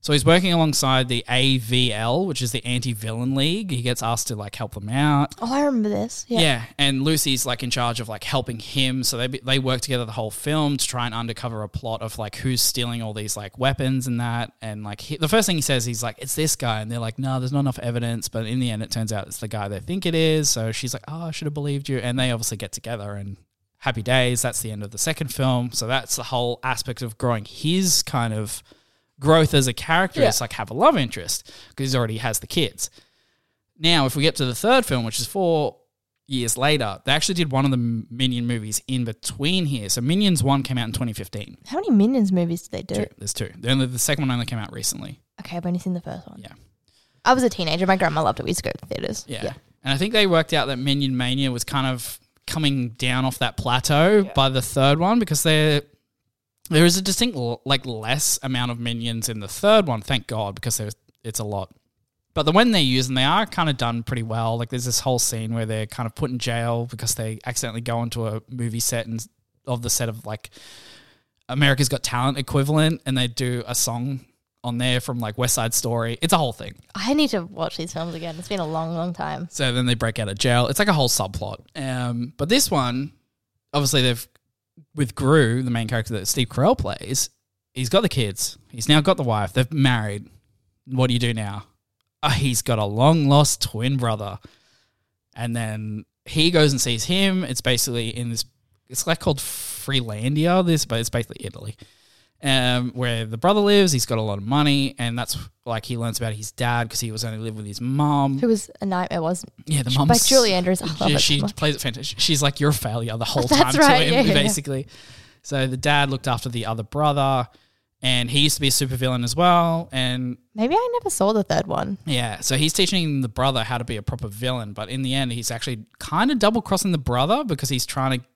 So he's working alongside the AVL, which is the Anti Villain League. He gets asked to like help them out. Oh, I remember this. Yeah. Yeah. and Lucy's like in charge of like helping him. So they be- they work together the whole film to try and undercover a plot of like who's stealing all these like weapons and that. And like he, the first thing he says, he's like, "It's this guy," and they're like, "No, there's not enough evidence." But in the end, it turns out it's the guy they think it is. So she's like, "Oh, I should have believed you." And they obviously get together and happy days. That's the end of the second film. So that's the whole aspect of growing his kind of growth as a character Yeah. is like have a love interest because he already has the kids. Now, if we get to the third film, which is four years later, they actually did one of the Minion movies in between here. So Minions 1 came out in 2015. How many minions movies did they do? Two. There's two. The, only, the second one only came out recently. Okay, I've only seen the first one. Yeah. I was a teenager. My grandma loved it. We used to go to theaters. Yeah. And I think they worked out that Minion Mania was kind of coming down off that plateau by the third one because there there is a distinct l- like less amount of minions in the third one, thank God, because there's it's a lot. But the one they use and they are kind of done pretty well. Like there's this whole scene where they're kind of put in jail because they accidentally go onto a movie set and of the set of like America's Got Talent equivalent and they do a song on there from like West Side Story. It's a whole thing. I need to watch these films again. It's been a long, long time. So then they break out of jail. It's like a whole subplot. Um, but this one, obviously, they've with Gru, the main character that Steve Carell plays, he's got the kids. He's now got the wife. They've married. What do you do now? Oh, he's got a long lost twin brother. And then he goes and sees him. It's basically in this, it's like called Freelandia, this, but it's basically Italy, um, where the brother lives. He's got a lot of money. And that's like he learns about his dad because he was only living with his mom. Who was a nightmare, wasn't Yeah, the she- mom by Julie Andrews. I love she, it so she much. plays it fantastic. She's like you're a failure the whole That's time right, to him, yeah, yeah, yeah. basically. So the dad looked after the other brother, and he used to be a supervillain as well. And Maybe I never saw the third one. yeah, so he's teaching the brother how to be a proper villain. But in the end, he's actually kind of double crossing the brother because he's trying to.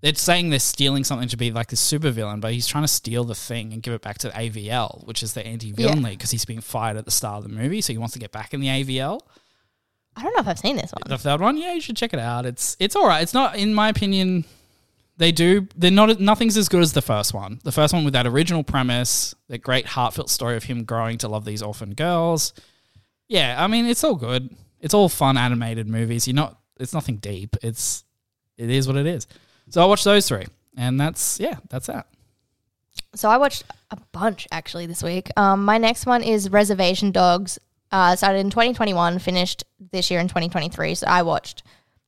They're saying they're stealing something to be like the supervillain, but he's trying to steal the thing and give it back to the AVL, which is the anti-villain league, Yeah. 'cause because he's being fired at the start of the movie, so he wants to get back in the AVL. I don't know if I've seen this one. the third one, yeah, you should check it out. It's it's all right. It's not, in my opinion, they do. They're not. Nothing's as good as the first one. The first one with that original premise, that great heartfelt story of him growing to love these orphan girls. Yeah, I mean, it's all good. It's all fun animated movies. You're not. It's nothing deep. It's it is what it is. So I watched those three, and that's yeah, that's that. So I watched a bunch actually this week. Um, my next one is Reservation Dogs. Uh, started in 2021, finished this year in 2023. So I watched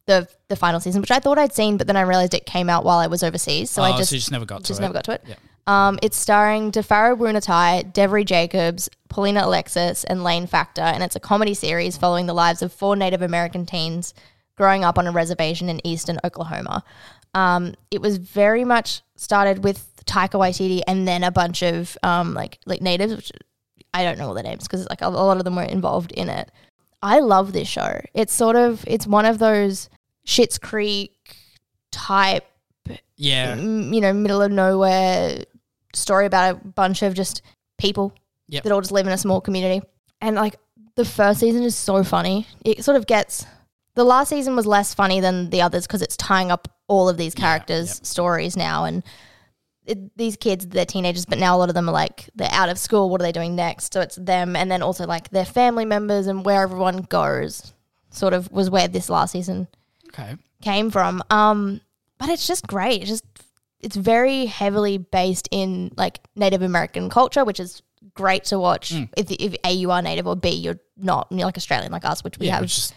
the the final season, which I thought I'd seen, but then I realized it came out while I was overseas. So I Oh, just so you just never got to just it. never got to it. Yeah. Um, it's starring Defaro Brunatai, Devery Jacobs, Paulina Alexis, and Lane Factor, and it's a comedy series following the lives of four Native American teens growing up on a reservation in eastern Oklahoma. Um, it was very much started with Taika Waititi and then a bunch of um, like like natives, which I don't know all their names because like a, a lot of them were involved in it. I love this show. It's sort of it's one of those Shit's Creek type Yeah, m- you know, middle of nowhere story about a bunch of just people Yep. that all just live in a small community. And like the first season is so funny. It sort of gets the last season was less funny than the others because it's tying up all of these characters' stories now and it, these kids they're teenagers but now a lot of them are like they're out of school what are they doing next so it's them and then also like their family members and where everyone goes sort of was where this last season okay. came from. Um, but it's just great. It's just it's very heavily based in like Native American culture, which is great to watch. Mm. If, if A you are Native or B you're not, you're like Australian like us, which we Yeah, have which is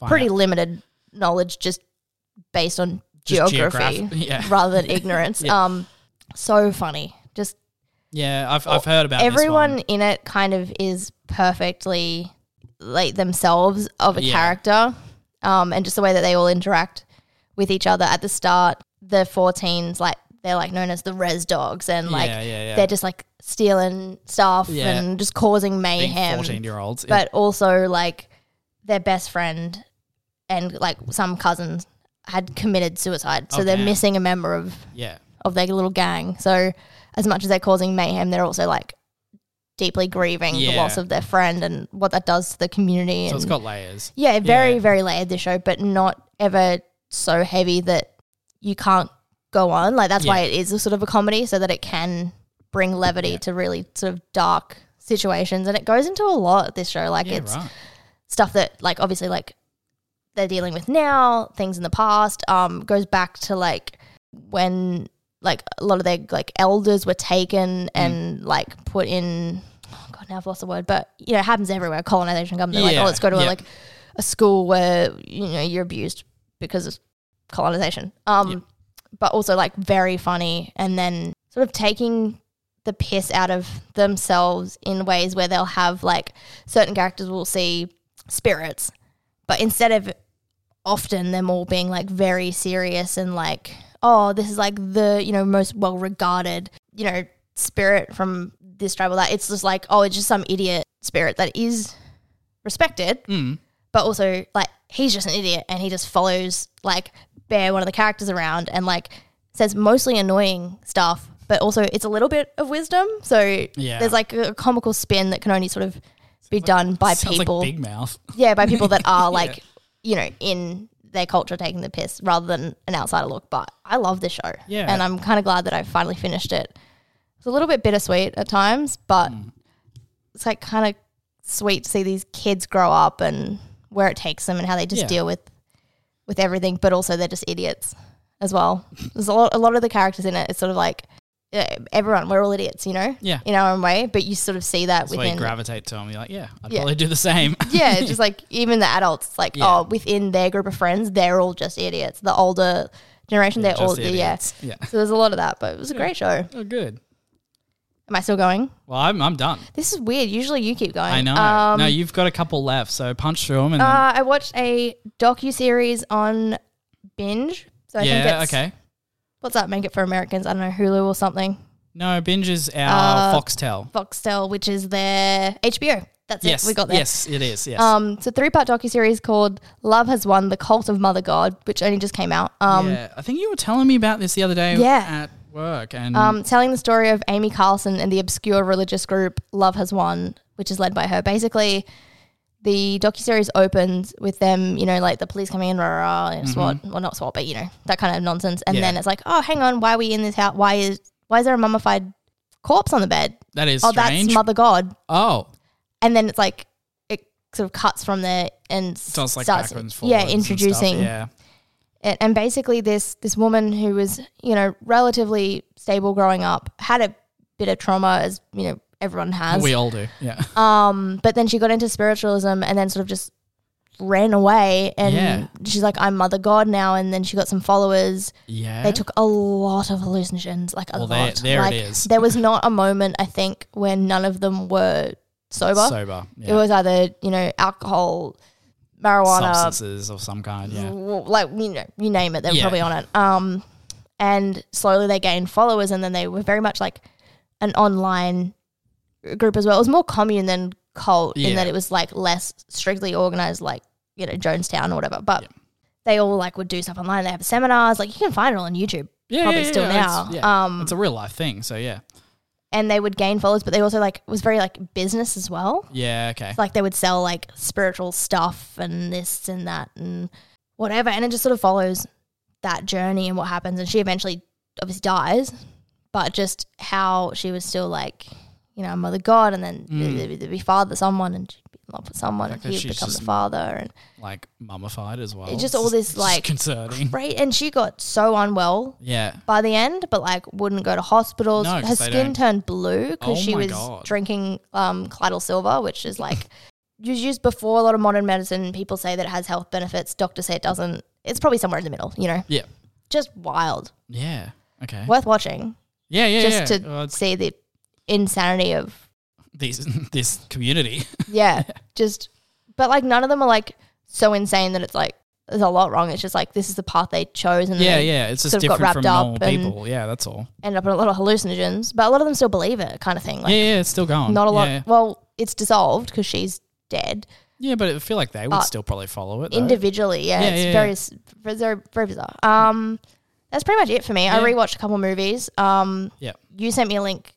fine. pretty limited knowledge just based on Just geography geograph- yeah. rather than ignorance. Yeah. Um, so funny. Just Yeah, I've, I've heard about this one. everyone in it kind of is perfectly like themselves of a Yeah. character um, and just the way that they all interact with each other at the start the 14s like they're like known as the res dogs and like yeah, yeah, yeah. they're just like stealing stuff Yeah. and just causing mayhem fourteen year olds. but also like their best friend and like some cousins had committed suicide so Oh, they're damn. missing a member of yeah. of their little gang. So as much as they're causing mayhem, they're also like deeply grieving the Yeah. loss of their friend and what that does to the community. So it's and- got layers. yeah, very yeah. very layered this show, but not ever so heavy that you can't go on. Like that's why Yeah. it is a sort of a comedy, so that it can bring levity to really sort of dark situations, and it goes into a lot. This show, like Yeah, it's right. stuff that like obviously like they're dealing with now things in the past um goes back to like when like a lot of their like elders were Mm. taken and like put in oh god now i've lost the word but you know it happens everywhere colonization comes they're like Yeah, oh let's go to a, yeah. like a school where you know you're abused because of colonization um Yeah. but also like very funny and then sort of taking the piss out of themselves in ways where they'll have like certain characters will see spirits but instead of often them all being like very serious and like oh this is like the you know most well regarded you know spirit from this tribe or that it's just like oh it's just some idiot spirit that is respected Mm. but also like he's just an idiot and he just follows like bear one of the characters around and like says mostly annoying stuff but also it's a little bit of wisdom so Yeah. there's like a comical spin that can only sort of be done by Sounds people like big mouth. yeah by people that are like you know in their culture taking the piss rather than an outsider look but i love this show Yeah. and i'm kind of glad that i finally finished it it's a little bit bittersweet at times but Mm. it's like kind of sweet to see these kids grow up and where it takes them and how they just Yeah. deal with with everything but also they're just idiots as well there's a lot a lot of the characters in it it's sort of like uh, everyone, we're all idiots, you know, Yeah. in our own way. But you sort of see that That's why you within, gravitate to them. You're like, yeah, I'd Yeah. probably do the same. yeah, it's just like even the adults, it's like Yeah. oh, within their group of friends, they're all just idiots. The older generation, they're all Just yeah. idiots. Yeah. So there's a lot of that, but it was a great show. Oh, good. Am I still going? Well, I'm, I'm done. This is weird. Usually you keep going. I know. Um, no, you've got a couple left, so punch through them and uh, I watched a docu series on binge. So I then, yeah, think it's okay. what's that? Make it for Americans. I don't know Hulu or something. No, binge is our Uh, Foxtel. Foxtel, which is their HBO. That's Yes, it. We got there. Yes, it is. Yes. Um, it's a three-part docu-series called "Love Has Won: The Cult of Mother God," which only just came out. Um, yeah, I think you were telling me about this the other day. Yeah. at work, and um, telling the story of Amy Carlson and the obscure religious group Love Has Won, which is led by her. Basically, the docuseries opens with them, you know, like the police coming in, rah, rah, rah, and SWAT, well, not SWAT, but you know, that kind of nonsense. And Mm-hmm. Yeah. then it's like, oh, hang on, why are we in this house? Why is why is there a mummified corpse on the bed? that is Oh, strange. that's Mother God. oh, And then it's like it sort of cuts from there and so it's like starts, backwards, forwards, yeah, and stuff. introducing Yeah, and, and basically this this woman who was you know relatively stable growing up had a bit of trauma as you know everyone has we all do. Yeah, um but then she got into spiritualism and then sort of just ran away and Yeah. she's like i'm mother god now and then she got some followers yeah. they took a lot of hallucinations like a Well, there- lot there it like is. there was not a moment i think where none of them were sober sober. Yeah. it was uh, either you know alcohol marijuana substances of some kind. Yeah, w- like you know, you name it, they were Yeah. probably on it. Um, and slowly they gained followers, and then they were very much like an online group as well. It was more commune than cult in Yeah. that it was like less strictly organized, like you know Jonestown or whatever. But they all like would do stuff online. They have seminars, like you can find it all on YouTube, yeah, probably yeah, still yeah, now. It's, yeah. Um, it's a real life thing. So yeah, and they would gain followers, but they also like was very like business as well. yeah, okay. Like they would sell like spiritual stuff and this and that and whatever. And it just sort of follows that journey and what happens. And she eventually obviously dies, but just how she was still like, you know, mother God, and then Mm. there'd be- there'd be father someone, and she'd be in love with someone, Yeah, and 'cause he'd she's become the just- father, and Like mummified as well. It's just all this, just like, concerning. right. And she got so unwell Yeah, by the end, but like wouldn't go to hospitals. No, 'cause Her they skin don't- turned blue because Oh she my was God. drinking um, colloidal silver, which is like was used before a lot of modern medicine. People say that it has health benefits. Doctors say it doesn't. It's probably somewhere in the middle. You know, yeah, just wild, yeah. Okay. worth watching Yeah, yeah, just yeah. to Well, it's see the insanity of these this community. yeah, just but like none of them are like so insane that it's like there's a lot wrong. It's just like this is the path they chose and Yeah, they yeah. It's just sort of got different from wrapped up normal and- people. Yeah, that's all. end up in a lot of hallucinogens. But a lot of them still believe it, kind of thing. Like yeah, yeah. It's still going. not a lot. Yeah, Well, it's dissolved because she's dead yeah but I feel like they would but still probably follow it. though. individually. Yeah, Yeah, it's yeah, very, yeah. s- very, very, bizarre. Um, that's pretty much it for me. I Yeah. rewatched a couple movies. Um, Yeah. you sent me a link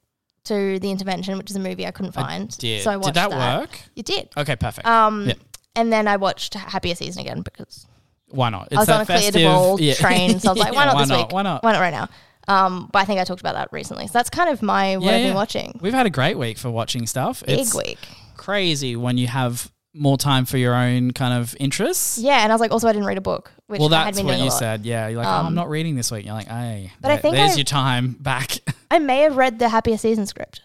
to the intervention, which is a movie I couldn't find. Did, So I watched did that, work? It did. Okay, perfect. Um, Yeah. and then I watched Happier Season again because why not? It's I was on a clear to ball yeah. train, so I was like, why Yeah, not this why not? week? Why not? Why not right now? Um, but I think I talked about that recently. So that's kind of my what Yeah, I've been yeah. watching. We've had a great week for watching stuff. Big it's week. crazy when you have more time for your own kind of interests. Yeah, and I was like, also I didn't read a book, which Well, I had that's been what doing a you lot. Um, said. Yeah, you're like, oh, I'm not reading this week. You're like, hey, But I there- think there's I- your time back. I may have read the Happier Season script.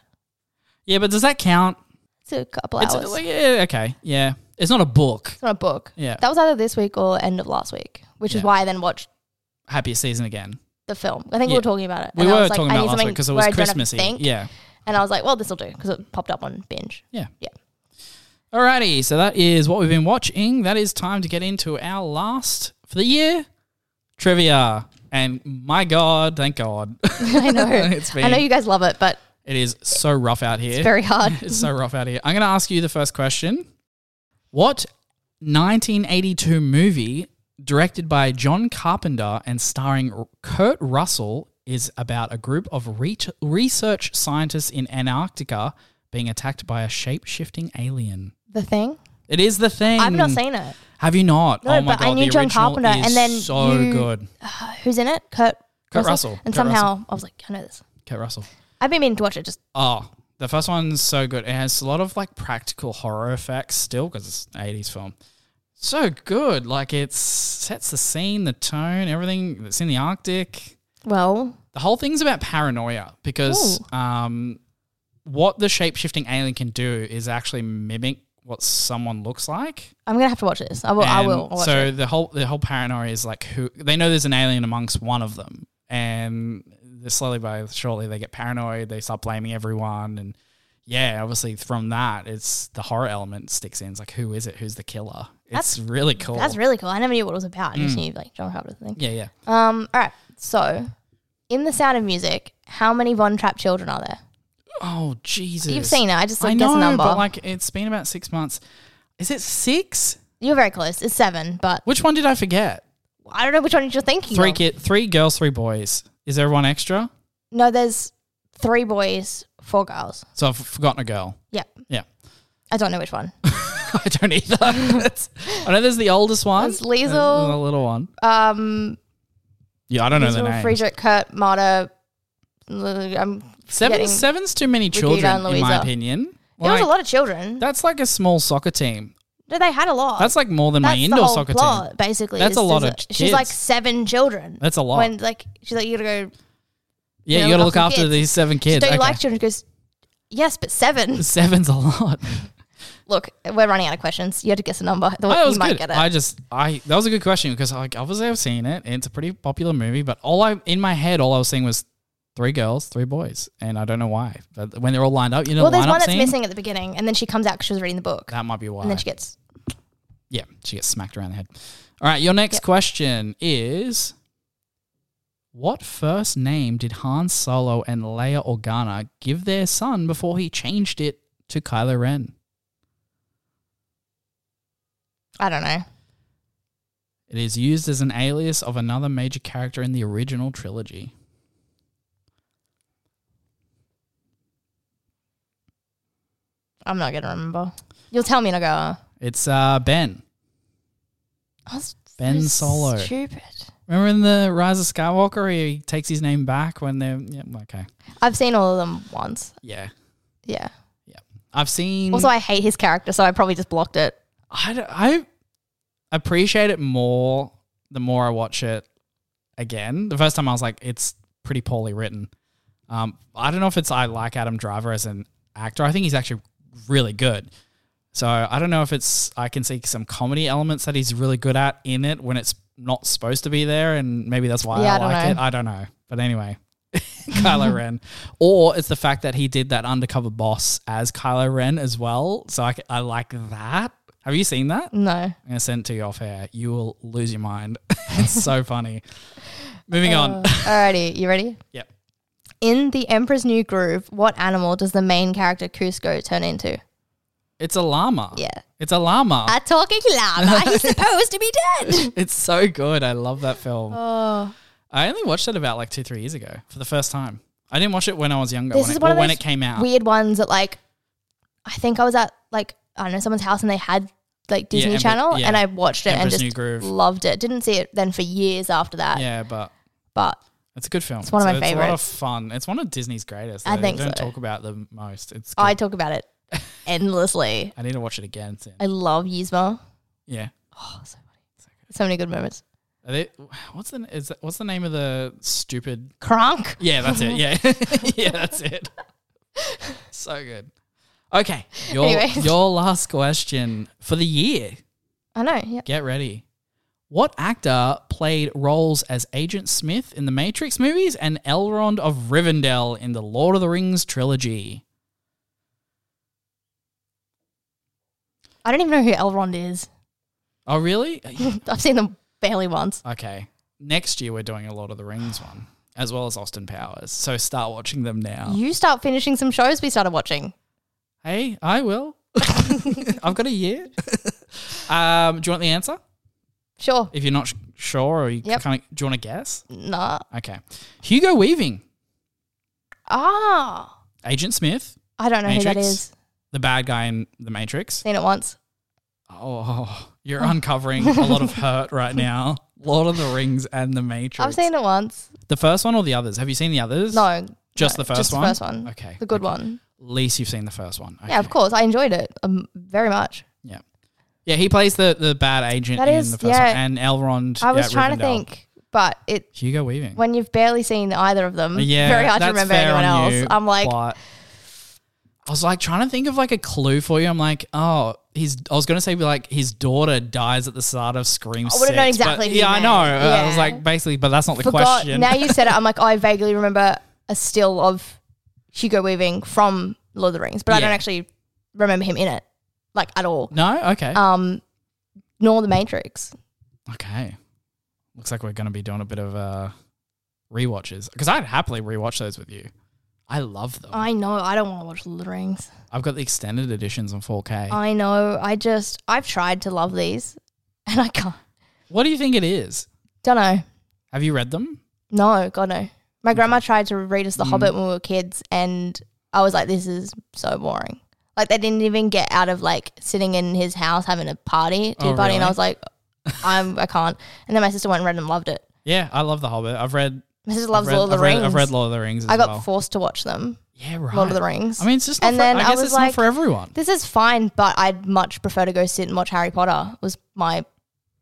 yeah, but does that count? It's a couple It's hours. like, yeah, okay, yeah. It's not a book. it's not a book. Yeah, That was either this week or end of last week, which is Yeah. why I then watched happier season again. the film. I think we Yeah. were talking about it. We and I were was like, talking I about need it last week something because it where was I don't have to Christmassy. think. Yeah. And I was like, well, this will do because it popped up on binge. Yeah. Yeah. Alrighty, so that is what we've been watching. That is time to get into our last for the year trivia. And my God, thank God, I know. It's I know been- you guys love it, but it is so rough out here. it's very hard. It's so rough out here. I'm going to ask you the first question. What 1982 movie directed by John Carpenter and starring R- Kurt Russell is about a group of re- research scientists in Antarctica being attacked by a shape shifting alien? the thing. It is the thing. I've not seen it. Have you not? No, oh my but I god, knew the John original Carpenter, is and then so you- good. Who's in it? Kurt. Kurt Russell. And Kurt somehow I was like, I know this. Kurt Russell. I've been meaning to watch it. Just Oh, the first one's so good. It has a lot of like practical horror effects still because it's an 80s film. So good. Like it sets the scene, the tone, everything that's in the Arctic. Well, The whole thing's about paranoia because um, what the shape shifting alien can do is actually mimic what someone looks like. I'm gonna have to watch this. I will. I And will. I'll watch so it. the whole the whole paranoia is like who they know there's an alien amongst one of them, and they're slowly but surely they get paranoid. They start blaming everyone, and yeah, obviously from that it's the horror element sticks in. It's like who is it? Who's the killer? It's really cool. That's really cool. I never knew what it was about. I Mm. just knew like John Carpenter thing. yeah, yeah. Um. All right. So, in the Sound of Music, how many Von Trapp children are there? Oh Jesus! You've seen it. I just I like, guess know, a number. but like it's been about six months. Is it six? You're very close. It's seven, but Which one did I forget? I don't know which one you're thinking. Three of. kid, three girls, three boys. Is there one extra? No, there's three boys, four girls. So I've forgotten a girl. Yep. Yeah. I don't know which one. I don't either. That's- I know there's the oldest one. There's Liesel. There's The little one. Um, Yeah, I don't know the Israel, name. Friedrich, Kurt, Marta. um, l- I'm Seven, getting- seven's too many Regina and children, in my Louisa. opinion. there was Like, a lot of children. That's like a small soccer team. No, they had a lot. That's like more than That's my the indoor whole soccer team. plot, Basically, That's is a lot there's of She's like kids. seven children. That's a lot. When like she's like, you gotta go. Yeah, you you, know, got to look lots of after kids. these seven kids. Don't you Okay. like children? She Goes. Yes, but seven. Seven's a lot. Look, we're running out of questions. You had to guess a number. The Oh, that was you might good. get it. I just, I that was a good question because like obviously I've seen it. And it's a pretty popular movie, but all I in my head, all I was seeing was three girls, three boys, and I don't know why. But when they're all lined up, you know, well, the there's lineup one that's scene? missing at the beginning, and then she comes out because she was reading the book, That might be why. and then she gets. Yeah, she gets smacked around the head. All right, your next question is What first name did Han Solo and Leia Organa give their son before he changed it to Kylo Ren? I don't know. It is used as an alias of another major character in the original trilogy. I'm not gonna remember. You'll tell me, and I go. It's uh, Ben. Oh, that's Ben so Solo. Stupid. Remember in the Rise of Skywalker, he takes his name back when they're. Yeah, okay. I've seen all of them once. Yeah. Yeah. I've seen. Also, I hate his character, so I probably just blocked it. I, d- I appreciate it more the more I watch it again. The first time I was like, it's pretty poorly written. Um, I don't know if it's I like Adam Driver as an actor. I think he's actually really good. So I don't know if it's I can see some comedy elements that he's really good at in it when it's not supposed to be there, and maybe that's why Yeah, I, I don't like it. know. I don't know, but anyway, Kylo Ren, or it's the fact that he did that undercover boss as Kylo Ren as well. So I, c- I like that. Have you seen that? No. I'm gonna send it to you off air. You will lose your mind. it's so funny. Moving on. Oh. Alrighty, you ready? Yep. In The Emperor's New Groove, what animal does the main character Cusco turn into? It's a llama. Yeah. It's a llama. A talking llama. He's supposed to be dead. it's so good. I love that film. Oh, I only watched it about like two, three years ago for the first time. I didn't watch it when I was younger. This when is it, one or of when those it came out. weird ones that like, I think I was at like I don't know someone's house and they had like Disney Emperor- Channel yeah. and I watched it Emperor's New and Groove. just loved it. Didn't see it then for years after that. yeah, but But it's a good film. It's one of my It's a lot of favorites. fun. It's one of Disney's greatest. I They think don't so. talk about the most. It's. I good. talk about it endlessly. I need to watch it again. Soon. I love Yzma. Yeah. So many good moments. Are they, what's the is that, what's the name of the stupid Kronk. Yeah, that's it. Yeah. yeah, that's it. So good. Okay. Your Anyways. your last question for the year. I know. Yeah. Get ready. What actor played roles as Agent Smith in the Matrix movies and Elrond of Rivendell in the Lord of the Rings trilogy? I don't even know who Elrond is. Oh, really? I've seen them barely once. okay. Next year we're doing a Lord of the Rings one, as well as Austin Powers. So start watching them now. You start finishing some shows we started watching. Hey, I will. I've got a year. um, do you want the answer? Sure. If you're not sh- sure, or you Yep. kind of, do you want to guess? Nah. Okay, Hugo Weaving, Ah. Agent Smith, I don't know who that Matrix? is. the bad guy in The Matrix. Seen it once. Oh, you're uncovering a lot of hurt right now. Lord of the Rings and The Matrix. I've seen it once. the first one or the others. Have you seen the others? No. just no, the first just one. the first one. Okay, The good okay. one. At least you've seen the first one. Okay. Yeah, of course. I enjoyed it um, very much. Yeah, yeah. He plays the the bad agent That in is- the first yeah. one, and Elrond. I was at trying to Rivendell. think But it Hugo Weaving. when you've barely seen either of them, very hard to that's remember fair anyone on else. you, I'm like, but I was like trying to think of like a clue for you. I'm like, oh, his. I was gonna say like his daughter dies at the start of Scream. I would've known 6, but- exactly who you Yeah, I meant. know. I was Yeah. like, basically, but that's not the forgot. question. Now you said it. I'm like, I vaguely remember a still of Hugo Weaving from Lord of the Rings, but I don't Yeah. actually remember him in it, like at all. no, okay, Um, nor the Matrix. okay. Looks like we're gonna be doing a bit of uh rewatches because I'd happily rewatch those with you. I love them. I know. I don't want to watch Lord of the Rings. I've got the extended editions on 4K. I know. I just I've tried to love these, and I can't. what do you think it is? Don't know. Have you read them? No, God no. My grandma tried to read Mm. us The Hobbit when we were kids, and I was like, "This is so boring." Like they didn't even get out of like sitting in his house having a party, tea Oh, party, and I really? was like, "I'm I can't." And then my sister went and read and loved it. Yeah, I love The Hobbit. I've read. My sister I've loves read, Lord of I've the read- Rings. I've read Lord of the Rings. As I got well. forced to watch them, Yeah, right. Lord of the Rings. I mean, it's just not And for, then I I guess was it's like- not for everyone. this is fine, but I'd much prefer to go sit and watch Harry Potter. Was my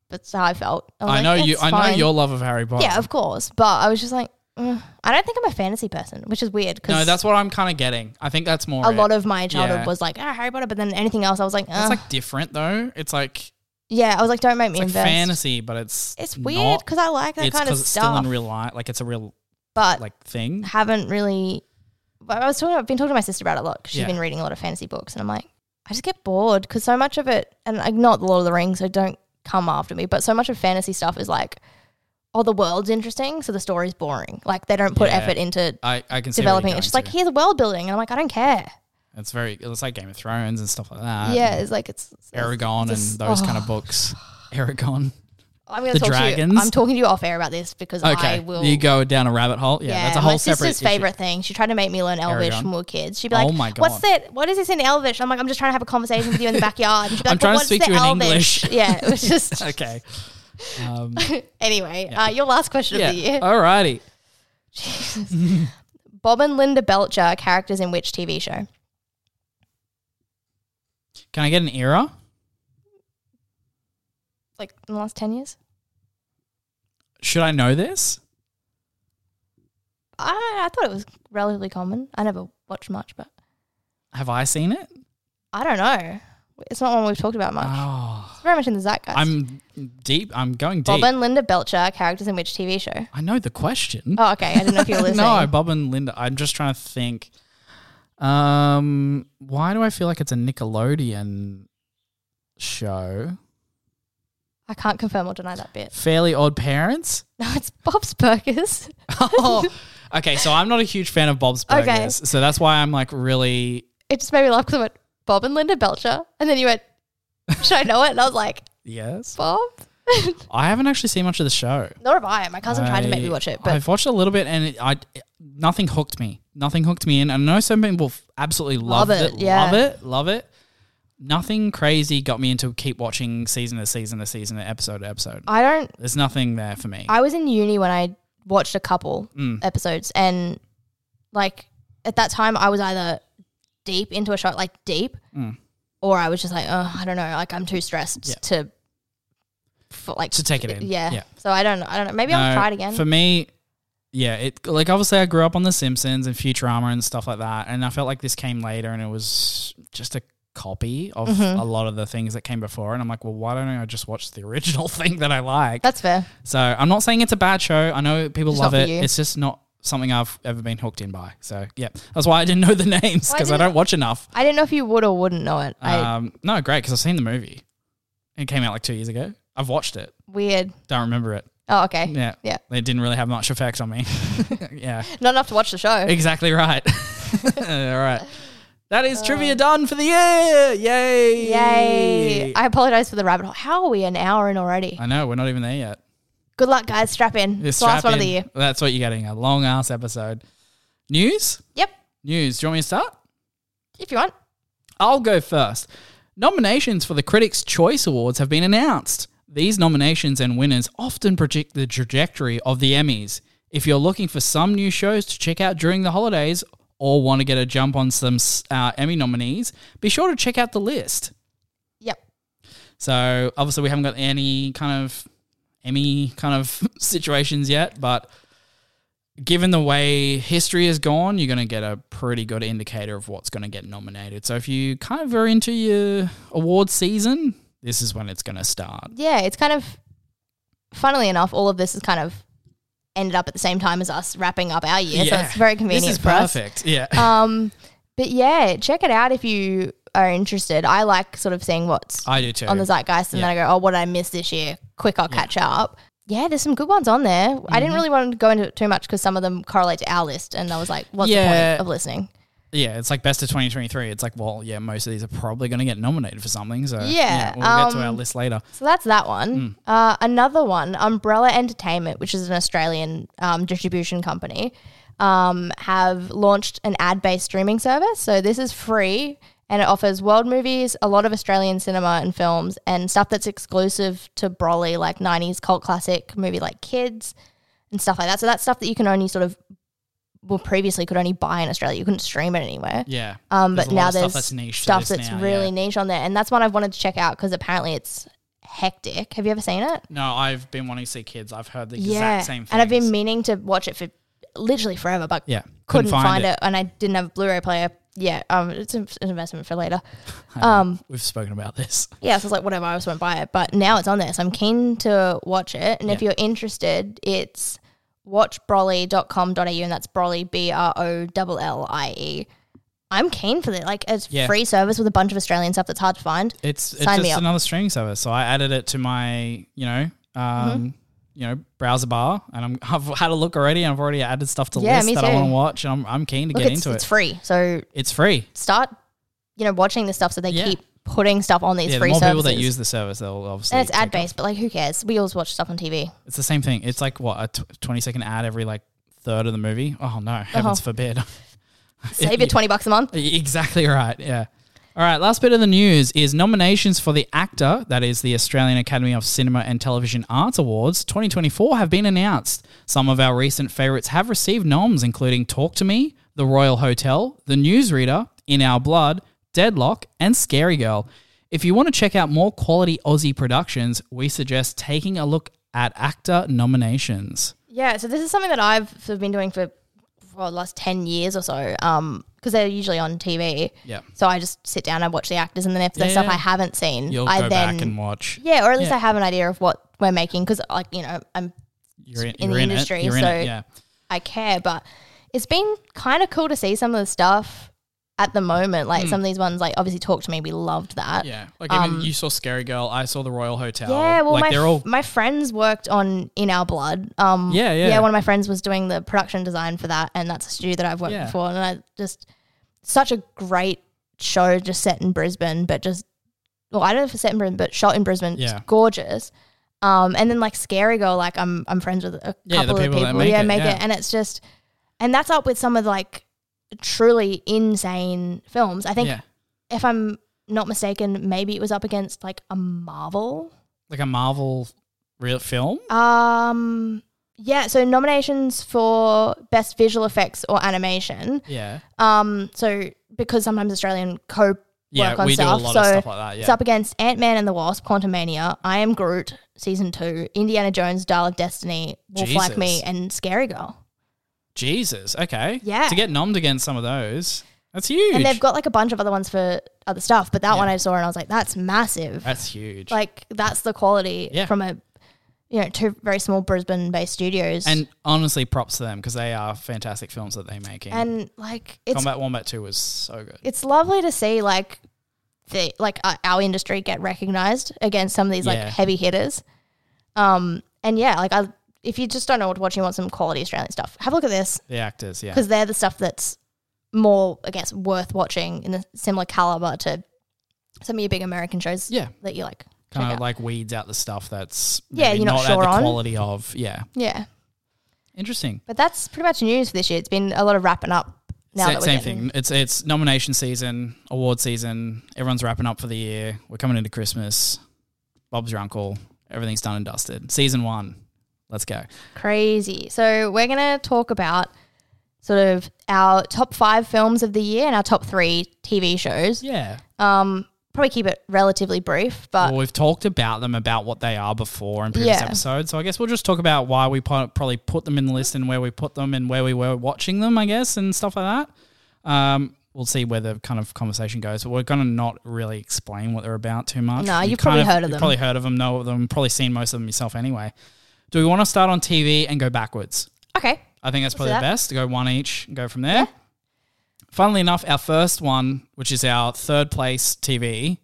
that's how I felt. was I like, know you. "It's I know fine." your love of Harry Potter. Yeah, of course. But I was just like, "Ugh." I don't think I'm a fantasy person, which is weird because no, that's what I'm kind of getting. I think that's more. a it. lot of my childhood Yeah. was like, ah, Harry Potter. But then anything else, I was like, It's "Ugh." like different though. It's like yeah, I was like, don't make me it's like invest. fantasy, but it's It's not. weird because I like that it's kind of 'cause it's still stuff, in real life. Like it's a real but like thing. haven't really. But I was talking. I've been talking to my sister about it a lot because she's Yeah. been reading a lot of fantasy books, and I'm like, I just get bored because so much of it, and like not the Lord of the Rings, so don't come after me. But so much of fantasy stuff is like, oh, the world's interesting, so the story's boring. Like they don't put Yeah. effort into I, I can see where you're developing. it. going It's just like to. here's world building, and I'm like, I don't care. it's very. It's like Game of Thrones and stuff like that. yeah, it's like it's. it's- Aragon and just- those oh. kind of books. Aragon. I'm going the to talk to you. dragons. I'm talking to you off air about this because I Okay, will. you go down a rabbit hole. Yeah, that's a my whole separate. sister's issue. favorite thing. She tried to make me learn Elvish Aragon. when we were kids. She'd be Oh like, my "What's God. that? What is this in Elvish?" And I'm like, "I'm just trying to have a conversation with you in the backyard." And she'd be I'm like, trying "Well, to what's speak the to you in Elvish?" English. yeah, it was just Okay. Um, anyway. Uh, your last question yeah. of the year: Alrighty. Bob and Linda Belcher are characters in which TV show? Can I get an era? Like in the last ten years? Should I know this? I I thought it was relatively common. I never watched much, but Have I seen it? I don't know. It's not one we've talked about much. Oh, It's very much in the zeitgeist. I'm deep. I'm going Bob deep. and Linda Belcher are characters in which TV show? I know the question. Oh, okay. I didn't know if you were listening. no, Bob and Linda. I'm just trying to think. Um, why do I feel like it's a Nickelodeon show? I can't confirm or deny that bit. Fairly Odd Parents. No, it's Bob's Burgers. oh, okay. So I'm not a huge fan of Bob's Burgers, Okay. so that's why I'm like really It just made me laugh because I went, Bob and Linda Belcher. And then you went, should I know it? And I was like, yes. Bob? I haven't actually seen much of the show. Nor have I. My cousin tried to make I- me watch it, but I've watched a little bit, and it, I it- nothing hooked me. Nothing hooked me in. I know some people f- absolutely love, Love it, it, yeah. love it, love it. Nothing crazy got me into keep watching season to season to season to episode to episode. I don't. There's nothing there for me. Mm. I was in uni when I watched a couple episodes. And like at that time, I was either deep into a shot, like deep, or I was just like, oh, I don't know. Like I'm too stressed Mm. Yeah. to. For like To take it in. yeah. Yeah. So I don't, I don't know. Maybe I'll No, try it again. For me, yeah, it like obviously I grew up on The Simpsons and Futurama and stuff like that, and I felt like this came later and it was just a copy of Mm-hmm. a lot of the things that came before, and I'm like, well, why don't I just watch the original thing that I like? That's fair. So I'm not saying it's a bad show. I know people Just love not it. for you. It's just not something I've ever been hooked in by. So yeah, that's why I didn't know the names Why because I didn't- don't watch enough. I didn't know if you would or wouldn't know it. I, um, no, great because I've seen the movie. It came out like two years ago. I've watched it. weird. Don't remember it. Oh, okay. Yeah, Yeah. It didn't really have much effect on me. yeah, Not enough to watch the show. exactly right. All right. That is trivia done for the year. Yay! Uh. Yay. I apologize for the rabbit hole. How are we an hour in already? I know we're not even there yet. Good luck, guys. Strap in. It's the Strap last one of the in. year. That's what you're getting. A long ass episode. News. Yep. News. Do you want me to start? If you want. I'll go first. Nominations for the Critics' Choice Awards have been announced. These nominations and winners often predict the trajectory of the Emmys. If you're looking for some new shows to check out during the holidays or want to get a jump on some uh, Emmy nominees, be sure to check out the list. Yep. So, obviously, we haven't got any kind of Emmy kind of situations yet, but given the way history has gone, you're going to get a pretty good indicator of what's going to get nominated. So if you kind of are into your award season, this is when it's going to start. Yeah, it's kind of funnily enough, all of this is kind of ended up at the same time as us wrapping up our year. So it's very convenient This is for us. perfect. Yeah. Um but yeah, check it out if you are interested. I like sort of seeing what's I do too. on the zeitgeist and then I go, oh, what did I miss this year? Quick, I'll catch up. Yeah, there's some good ones on there. I Mm-hmm. didn't really want to go into it too much because some of them correlate to our list, and I was like, what's the Yeah. point of listening? yeah, it's like best of 2023. It's like, well, yeah, most of these are probably going to get nominated for something. So Yeah, um, we'll get to our list later. So that's that one. Uh, another one, Umbrella Entertainment, which is an Australian um, distribution company, um, have launched an ad based streaming service. So this is free and it offers world movies, a lot of Australian cinema and films, and stuff that's exclusive to Broly, like 90s cult classic movie like Kids and stuff like that. So that's stuff that you can only sort of, well, previously could only buy in Australia. You couldn't stream it anywhere. Yeah. Um, but a lot now of there's stuff that's niche. to stuff this that's now, yeah. really niche on there, and that's one I've wanted to check out because apparently it's hectic. Have you ever seen it? No, I've been wanting to see kids. I've heard the exact same thing. and I've been meaning to watch it for literally forever, but yeah, couldn't find, it. and I didn't have a Blu-ray player. Yeah, um, it's an an investment for later. Um, We've spoken about this. yeah, so it's like whatever, I just won't buy it, but now it's on there, so I'm keen to watch it. And if you're interested, it's watchbroly.com.au, and that's Broly B R O L L I E. I'm keen for that. Like, it's Yeah. free service with a bunch of Australian stuff that's hard to find. It's it's Sign me just up. another streaming service. So I added it to my you know um Mm-hmm. you know browser bar, and I'm, I've had a look already, and I've already added stuff to Yeah, list me that I too. want to watch, and I'm I'm keen to Look, get it's, into it's it. free. So it's free. start, you know, watching this stuff so they Yeah. keep putting stuff on these Yeah, the free more services. people that use the service, they'll obviously. and it's take ad based, but like, who cares? We always watch stuff on TV. It's the same thing. It's like what a t- twenty second ad every like third of the movie. Oh no, Uh-huh. heavens forbid. Save your 20 bucks a month. E-, Exactly right. Yeah. All right. Last bit of the news is nominations for the actor, that is the Australian Academy of Cinema and Television Arts Awards 2024, have been announced. Some of our recent favorites have received noms, including Talk to Me, The Royal Hotel, The Newsreader, In Our Blood, Deadlock, and Scary Girl. If you want to check out more quality Aussie productions, we suggest taking a look at actor nominations. Yeah. So this is something that I've sort of been doing for, for the last 10 years or so. Um, because they're usually on TV. Yeah. So I just sit down, I watch the actors, and then if there's Yeah, stuff yeah. I haven't seen, You'll I go then back and watch. yeah, or at least Yeah. I have an idea of what we're making because like you know I'm You're in, in you're the in it. industry, You're in so- it. Yeah. I care, but it's been kind of cool to see some of the stuff at the moment. Like some of these ones, like obviously, talk to me. We loved that. Yeah, like even you saw Scary Girl. I saw the Royal Hotel. Um, Yeah, well, like my they're all. my friends worked on In Our Blood. Um, Yeah, yeah. One of my friends was doing the production design for that, and that's a studio that I've worked Yeah. before. And I just such a great show, just set in Brisbane, but just well, I don't know if it's set in Brisbane, but shot in Brisbane. It's Yeah. gorgeous. Um, and then like Scary Girl, like I'm I'm friends with a Yeah, the couple of people people. that make yeah, it, make yeah. it, and it's just and that's up with some of like truly insane films. I think yeah, if I'm not mistaken, maybe it was up against like a Marvel like a Marvel real film. um, yeah, so nominations for best visual effects or animation. Yeah, Um, so because sometimes Australian co yeah, work on we do a stuff, lot so of stuff like that. it's Yeah, up against Ant Man and the Wasp, Quantum Mania, I Am Groot, Season Two, Indiana Jones, Dial of Destiny, Wolf Like Me, Jesus. and Scary Girl. Jesus. Okay, Yeah. to get nommed against some of those, that's huge. And they've got like a bunch of other ones for other stuff, but that Yeah. one I saw and I was like, that's massive. that's huge. Like that's the quality Yeah. from a you know two very small Brisbane-based studios, and honestly, props to them because they are fantastic films that they're making. and like it's Combat Wombat Two was so good. it's lovely to see like the like uh, our industry get recognized against some of these like Yeah. heavy hitters. Um and yeah, like I if you just don't know what to watch, you want some quality Australian stuff. Have a look at this The actors, yeah, because they're the stuff that's more I guess worth watching in a similar caliber to some of your big American shows yeah, that you like. Check kind of out. like weeds out the stuff that's Yeah, maybe you're not at sure the on. quality of. Yeah, Yeah, interesting. but that's pretty much news for this year. It's been a lot of wrapping up. Now Sa- that we're same getting- thing. It's it's nomination season, award season. Everyone's wrapping up for the year. We're coming into Christmas. Bob's your uncle. Everything's done and dusted. Season one. Let's go. Crazy. So we're going to talk about sort of our top five films of the year and our top three TV shows. Yeah. Um, probably keep it relatively brief, but well, we've talked about them about what they are before in previous Yeah. episodes, so I guess we'll just talk about why we po- probably put them in the list and where we put them and where we were watching them, I guess, and stuff like that. Um, we'll see where the kind of conversation goes, but we're going to not really explain what they're about too much. No, You you've probably kind heard of you've them. Probably heard of them, know of them, probably seen most of them yourself anyway. Do we want to start on TV and go backwards? okay. I think that's probably that. the best. Go one each, and go from there. Funnily enough, our first one, which is our third place TV,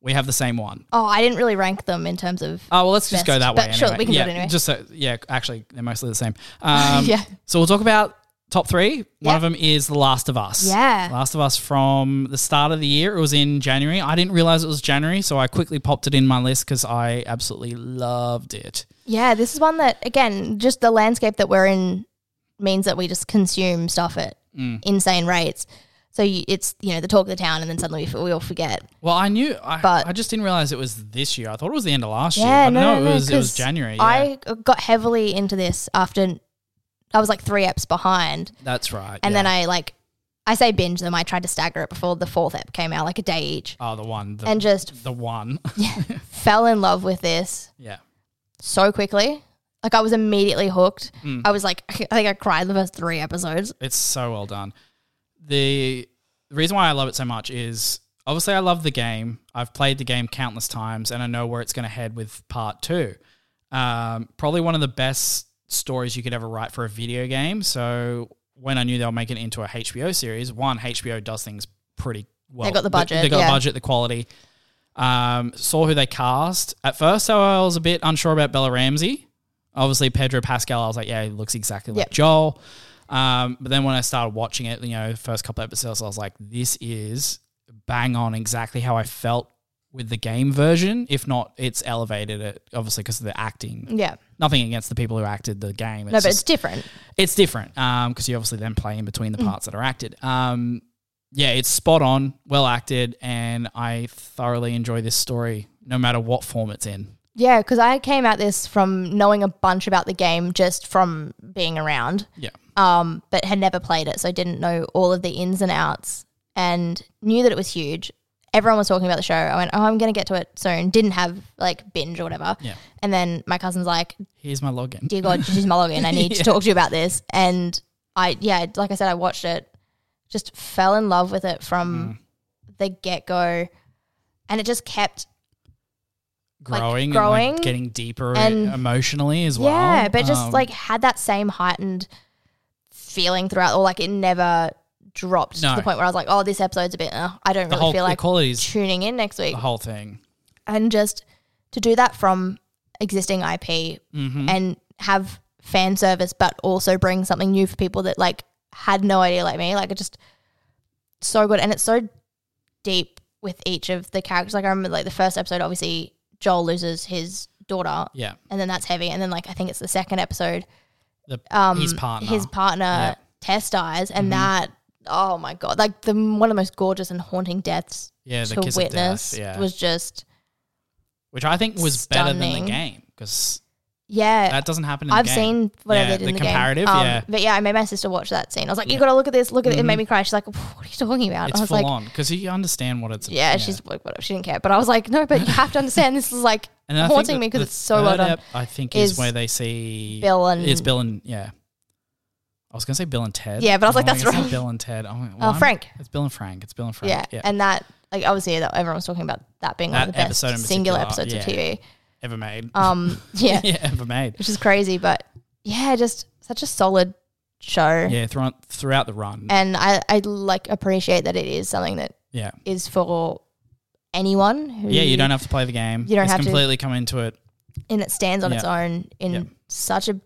we have the same one. Oh, I didn't really rank them in terms of Oh well, let's just go Best. that way. But Anyway. sure, we can do yeah, it anyway. Just so, yeah, actually, they're mostly the same. Um, Yeah. So we'll talk about top three. One Yeah. of them is The Last of Us. Yeah. Last of Us from the start of the year. It was in January. I didn't realize it was January, so I quickly popped it in my list because I absolutely loved it. Yeah, this is one that again, just the landscape that we're in means that we just consume stuff at Mm. insane rates. So you, it's you know the talk of the town, and then suddenly we, f- we all forget. Well, I knew, I, But- I just didn't realize it was this year. I thought it was the end of last Yeah, year. But no, no, it no, was it was 'cause January. Yeah. I got heavily into this after I was like three eps behind, That's right. and then I like I say binge them. I tried to stagger it before the fourth ep came out, like a day each, oh the one the, and just the one fell in love with this. yeah. so quickly. Like I was immediately hooked. I was like, I think I cried the first three episodes. It's so well done. The the reason why I love it so much is obviously I love the game. I've played the game countless times and I know where it's going to head with part two. Um, probably one of the best stories you could ever write for a video game. So when I knew they were making it into a HBO series, one, HBO does things pretty well. got the budget, They, got yeah. the budget, the quality. Um, saw who they cast. At first, I was a bit unsure about Bella Ramsey. Obviously, Pedro Pascal, I was like, yeah, he looks exactly like Yep. Joel. Um, but then when I started watching it, you know, the first couple episodes, I was like, this is bang on exactly how I felt with the game version. If not, it's elevated it, obviously, because of the acting. Yeah. Nothing against the people who acted the game. It's Mm. No, but just- it's Mm. different. it's different because you obviously then play in between the parts that are acted. Um, yeah, it's spot on, well acted, and I thoroughly enjoy this story, no matter what form it's in. Yeah, because I came at this from knowing a bunch about the game just from being around, Yeah, um, but had never played it, so didn't know all of the ins and outs, and knew that it was huge. Everyone was talking about the show. I went, "Oh, I'm gonna get to it soon." Didn't have like binge or whatever. Yeah. And then my cousin's like, here's my login. dear God, she's my login. I need to talk to you about this. And I, yeah, like I said, I watched it, just fell in love with it from the get go. And it just kept, Growing, and growing like getting deeper e- and- emotionally as well. yeah, but just Um, like had that same heightened feeling throughout, or like it never dropped No. to the point where I was like, oh, this episode's a bit, uh, I don't the really whole feel the like qualities, tuning in next week. the whole thing. And just to do that from existing IP hmm and have fan service, but also bring something new for people that like had no idea like me. Like it just so good, and it's so deep with each of the characters. Like I remember, like the first episode, obviously Joel loses his daughter, Yeah, and then that's heavy. And then like I think it's the second episode, the, um, his partner. his partner Yeah. Tess dies, and Mhm. that oh my god, like the one of the most gorgeous and haunting deaths yeah, the to kiss witness of death. Yeah, was just which I think was better than stunning. the game because yeah. that doesn't happen. in I've the game. seen whatever Yeah, they did the in the comparative, game. Um, yeah. Mm-hmm. But yeah, I made my sister watch that scene. I was like, you got to look at this, look at it. It made me cry. She's like, what are you talking about? It's I was full like, on because you understand what it's. yeah, she's like, whatever. She didn't care. But I was like, no, but you have to understand this is like And then I think haunting the- me because the it's so well third done. ep, I think is, is where they see Bill and- it's Bill and yeah. I was gonna say Bill and Ted. Yeah, but I was like, No, that's it's not wrong. Bill and Ted. Oh, Oh, Frank. It's Bill and Frank. It's Bill and Frank. Yeah. Yeah, And that, like, obviously, that everyone was talking about that being one of That the best episode in singular particular, episodes of yeah. TV. ever made. Um, yeah, yeah, ever made. which is crazy. But yeah, just such a solid show. Yeah, throughout throughout the run. And I, I like appreciate that it is something that yeah, is for anyone who yeah. You don't have to play the game. You don't it's have to- completely come into it. and it stands on its Yeah. own in Yeah. such a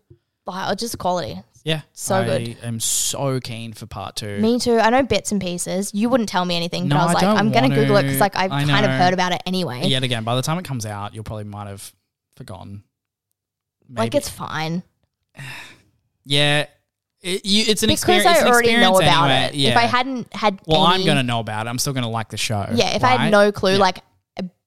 wow, just quality. Yeah, So I good. am so keen for part two. Me too. I know bits and pieces. You wouldn't tell me anything, No, but I was I like, don't I'm gonna want Google it to. because like I've I kind of know. heard about it anyway. Yet again, by the time it comes out, you'll probably might have forgotten. Like Maybe. it's fine yeah, it, you, it's an because experience. it's I an already know experience about anyway. it. Yeah. If I hadn't had, Well, any, I'm gonna know about it. I'm still gonna like the show. Yeah, if I right? had no clue, Yeah. like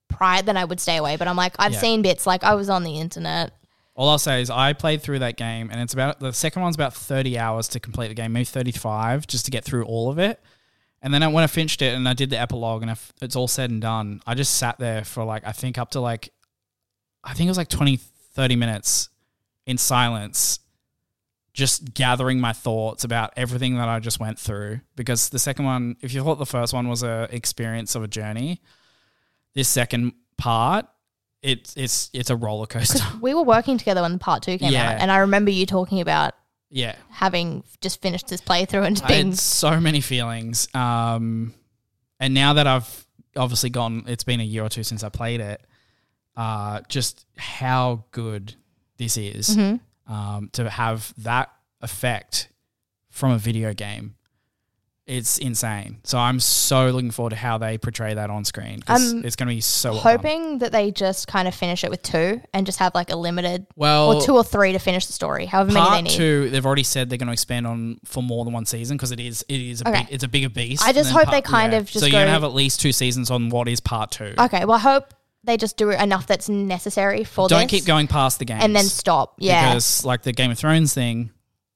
prior, then I would stay away. But I'm like, I've Yeah. seen bits. Like I was on the internet. all I'll say is I played through that game, and it's about the second one's about 30 hours to complete the game, maybe 35, just to get through all of it. And then I, when I finished it and I did the epilogue and I f- it's all said and done, I just sat there for like, I think up to like, I think it was like 20, 30 minutes in silence, just gathering my thoughts about everything that I just went through. Because the second one, if you thought the first one was a experience of a journey, this second part, it's it's it's a roller coaster. We were working together when the part two came Yeah. out, and I remember you talking about yeah. having just finished this playthrough and I being had so many feelings. Um, and now that I've obviously gone, it's been a year or two since I played it. Uh, just how good this is Mm-hmm. um, to have that effect from a video game. It's insane. So I'm so looking forward to how they portray that on screen. 'cause I'm it's going to be so well done. hoping that they just kind of finish it with two and just have like a limited Well, or two or three to finish the story, however many they part need. two, they've already said they're going to expand on for more than one season because it is it is a Okay. big, it's a bigger beast. I just than hope they kind of just so you're go- gonna have at least two seasons on what is part two. Okay, well, I hope they just do enough that's necessary for Don't this keep going past the games and then stop. Yeah, because like the Game of Thrones thing,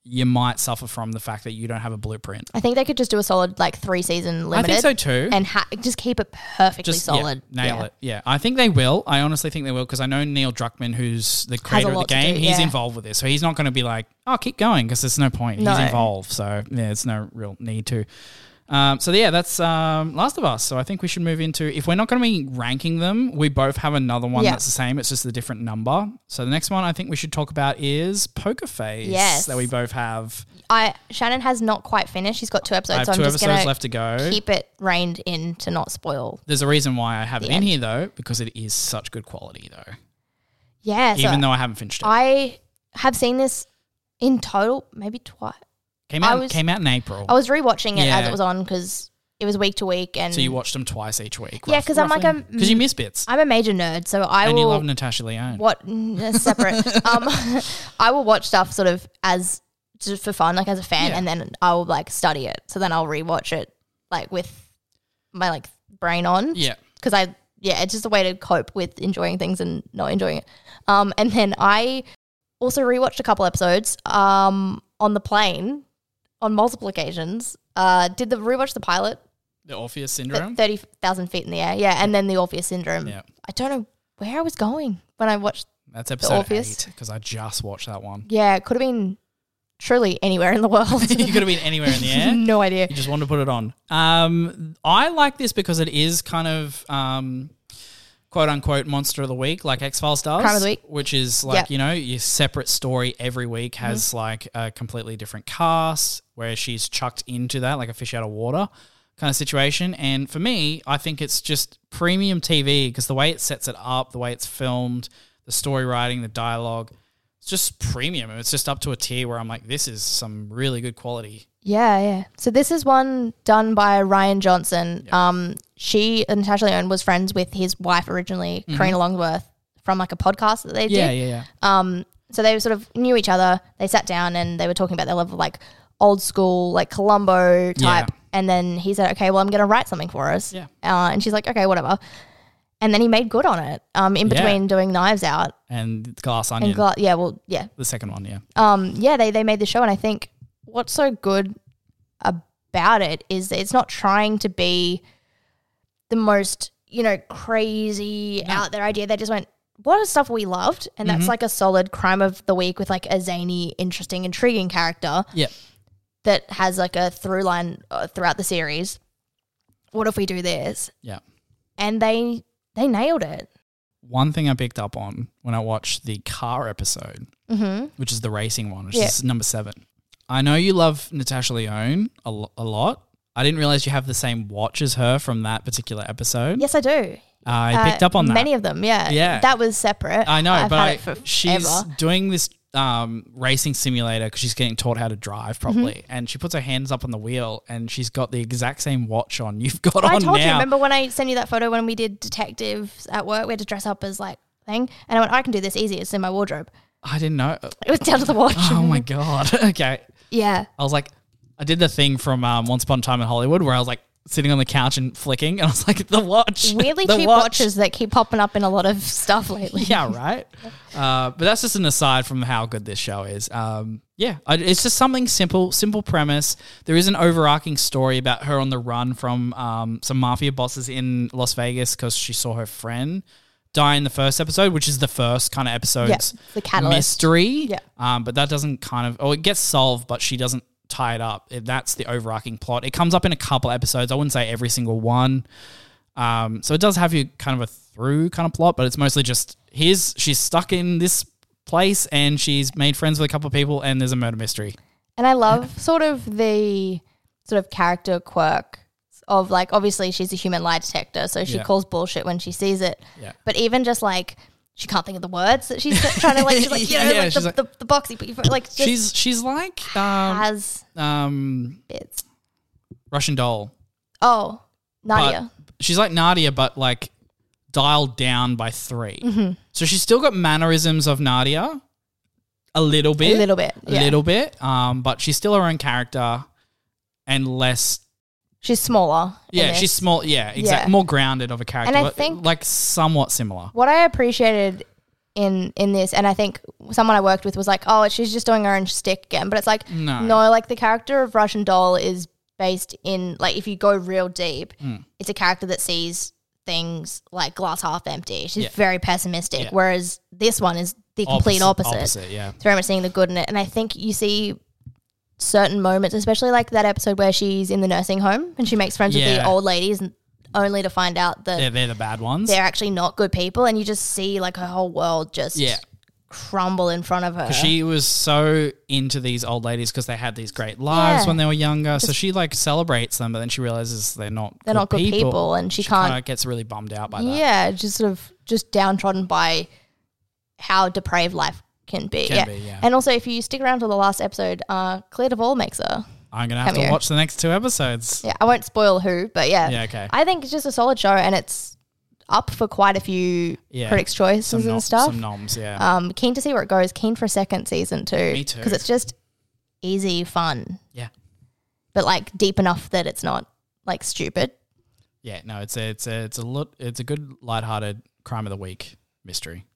you might suffer from the fact that you don't have a blueprint. I think they could just do a solid like three season limited. I think so too. and ha- just keep it perfectly just yeah, solid. nail Yeah. it. Yeah, I think they will. I honestly think they will because I know Neil Druckmann, who's the creator of the lot to game, do, he's yeah. involved with this, so he's not going to be like, "Oh, keep going," because there's no point. No. He's involved, so yeah, it's no real need to. Um, so yeah, that's um, Last of Us. So I think we should move into if we're not going to be ranking them, we both have another one Yeah. that's the same. It's just a different number. So the next one I think we should talk about is Poker Face. Yes. that we both have. I Shannon has not quite finished. She's got two I episodes, have so I'm two just episodes gonna left to go. keep it reined in to not spoil. There's a reason why I have it The in end. here though, because it is such good quality though. Yeah, so Even though I haven't finished it. I have seen this in total maybe twice. Came I out was- Oh, came out in April. I was rewatching it as Yeah. it was on because it was week to week, and so you watched them twice each week. Yeah, 'cause I'm like a- because you miss bits I'm a major nerd, so I and will you love Natasha Leone. what mm, separate. um, I will watch stuff sort of as just for fun, like as a fan, Yeah. and then I will like study it. So then I'll rewatch it like with my like brain on Yeah, because I yeah, it's just a way to cope with enjoying things and not enjoying it. Um, and then I also rewatched a couple episodes um on the plane on multiple occasions. Uh, did the rewatch the pilot the Orpheus at syndrome. thirty thousand feet in the air, yeah, and then the Orpheus syndrome. Yeah. I don't know where I was going when I watched. That's episode Orpheus. eight because I just watched that one. Yeah, it could have been truly anywhere in the world. you could have been anywhere in the air. no idea. You just wanted to put it on. Um, I like this because it is kind of um, quote unquote monster of the week, like X Files does. Crime of the week. Which is like, Yep. Mm-hmm. you know, your separate story every week has like a completely different cast where she's chucked into that, like a fish out of water kind of situation. And for me, I think it's just premium TV because the way it sets it up, the way it's filmed, the story writing, the dialogue. It's just premium. It's just up to a tier where I'm like, this is some really good quality. Yeah, yeah. So this is one done by Ryan Johnson. Um, she Natasha Leone was friends with his wife originally, Karina Longworth, from like a podcast that they did. Mm-hmm. yeah, yeah. Um, so they sort of knew each other. They sat down and they were talking about their love of like old school, like Columbo type. Yeah. And then he said, "Okay, well, I'm going to write something for us." Yeah. Uh, and she's like, "Okay, whatever." And then he made good on it. Um, in Yeah. between doing Knives Out and Glass and Onion, Gla- yeah, well, yeah, the second one. Yeah, um, yeah, they they made the show, and I think what's so good about it is that it's not trying to be the most you know crazy out there idea. They just went, what is stuff we loved, and Mm-hmm. that's like a solid crime of the week with like a zany, interesting, intriguing character yeah, that has like a through line uh, throughout the series. What if we do this? yeah. And they they nailed it. One thing I picked up on when I watched the car episode, which is the racing one, which Mm-hmm. Yeah. is number seven. I know you love Natasha Leone a, lo- a lot. I didn't realize you have the same watch as her from that particular episode. Yes, I do. I picked Uh, up on that. many of them. Yeah, Yeah. That was separate. I know, I've but had I, it for she's forever. doing this um, racing simulator because she's getting taught how to drive Mm-hmm. properly, and she puts her hands up on the wheel, and she's got the exact same watch on you've got I on told now. you. Remember when I sent you that photo when we did detectives at work? We had to dress up as like thing, and I went, "I can do this easy. It's in my wardrobe." I didn't know. It was down to the watch. Oh my god. okay, Yeah, I was like, I did the thing from um, Once Upon a Time in Hollywood where I was like sitting on the couch and flicking, and I was like, the watch, weirdly the cheap watches that keep popping up in a lot of stuff lately. Yeah, right. Uh, but that's just an aside from how good this show is. Um, Yeah, I- it's just something simple, simple premise. There is an overarching story about her on the run from um, some mafia bosses in Las Vegas because she saw her friend die in the first episode, which is the first kind of episode's the catalyst. mystery. Yeah. Um, but that doesn't kind of, oh, it gets solved, but she doesn't tie it up. It- That's the overarching plot. It comes up in a couple episodes. I wouldn't say every single one. Um, so it does have you kind of a through kind of plot, but it's mostly just here's she's stuck in this place and she's made friends with a couple of people and there's a murder mystery. And I love sort of the sort of character quirk of like obviously she's a human lie detector, so she Yeah. calls bullshit when she sees it. Yeah. But even just like she can't think of the words that she's trying to like. She's like you know Yeah, like, the, she's like- the, the box you put your foot- like just she's she's like um, has um bits. Russian doll. Oh, Nadia. But she's like Nadia, but like dialed down by 3 Mm-hmm. So she's still got mannerisms of Nadia a little bit. a little bit. A Yeah. little bit. Um, but she's still her own character and less She's smaller. in Yeah, this. she's small. Yeah, exactly. Yeah. More grounded of a character. And I but, think- like somewhat similar. what I appreciated in in this, and I think someone I worked with was like, "Oh, she's just doing her own shtick again." But it's like, No. like the character of Russian Doll is based in like if you go real deep, Hmm. it's a character that sees things like glass half empty. She's Yeah. very pessimistic, Yeah. whereas this one is the complete opposite. yeah. It's very much seeing the good in it, and I think you see certain moments, especially like that episode where she's in the nursing home and she makes friends with the Yeah. old ladies, and only to find out that They're, they're the bad ones. they're actually not good people and you just see like her whole world just Yeah. crumble in front of her She was so into these old ladies because they had these great lives Yeah. when they were younger. So she like celebrates them, but then she realizes they're not they're not good people, and she, Kind can't of gets really bummed out by that. yeah just sort of just downtrodden by how depraved life can be, Can yeah. be, yeah. and also if you stick around to the last episode uh clear the ball makes her I'm gonna have Cameo. to watch the next two episodes. yeah i won't spoil who but yeah Yeah, okay. i think it's just a solid show and it's up for quite a few Yeah. critics choices Some, and nom- stuff some noms, yeah. um keen to see where it goes keen for a second season too Me too. because it's just easy fun yeah. but like deep enough that it's not like stupid. Yeah, no, it's a it's a it's a lot it's a good lighthearted crime of the week mystery.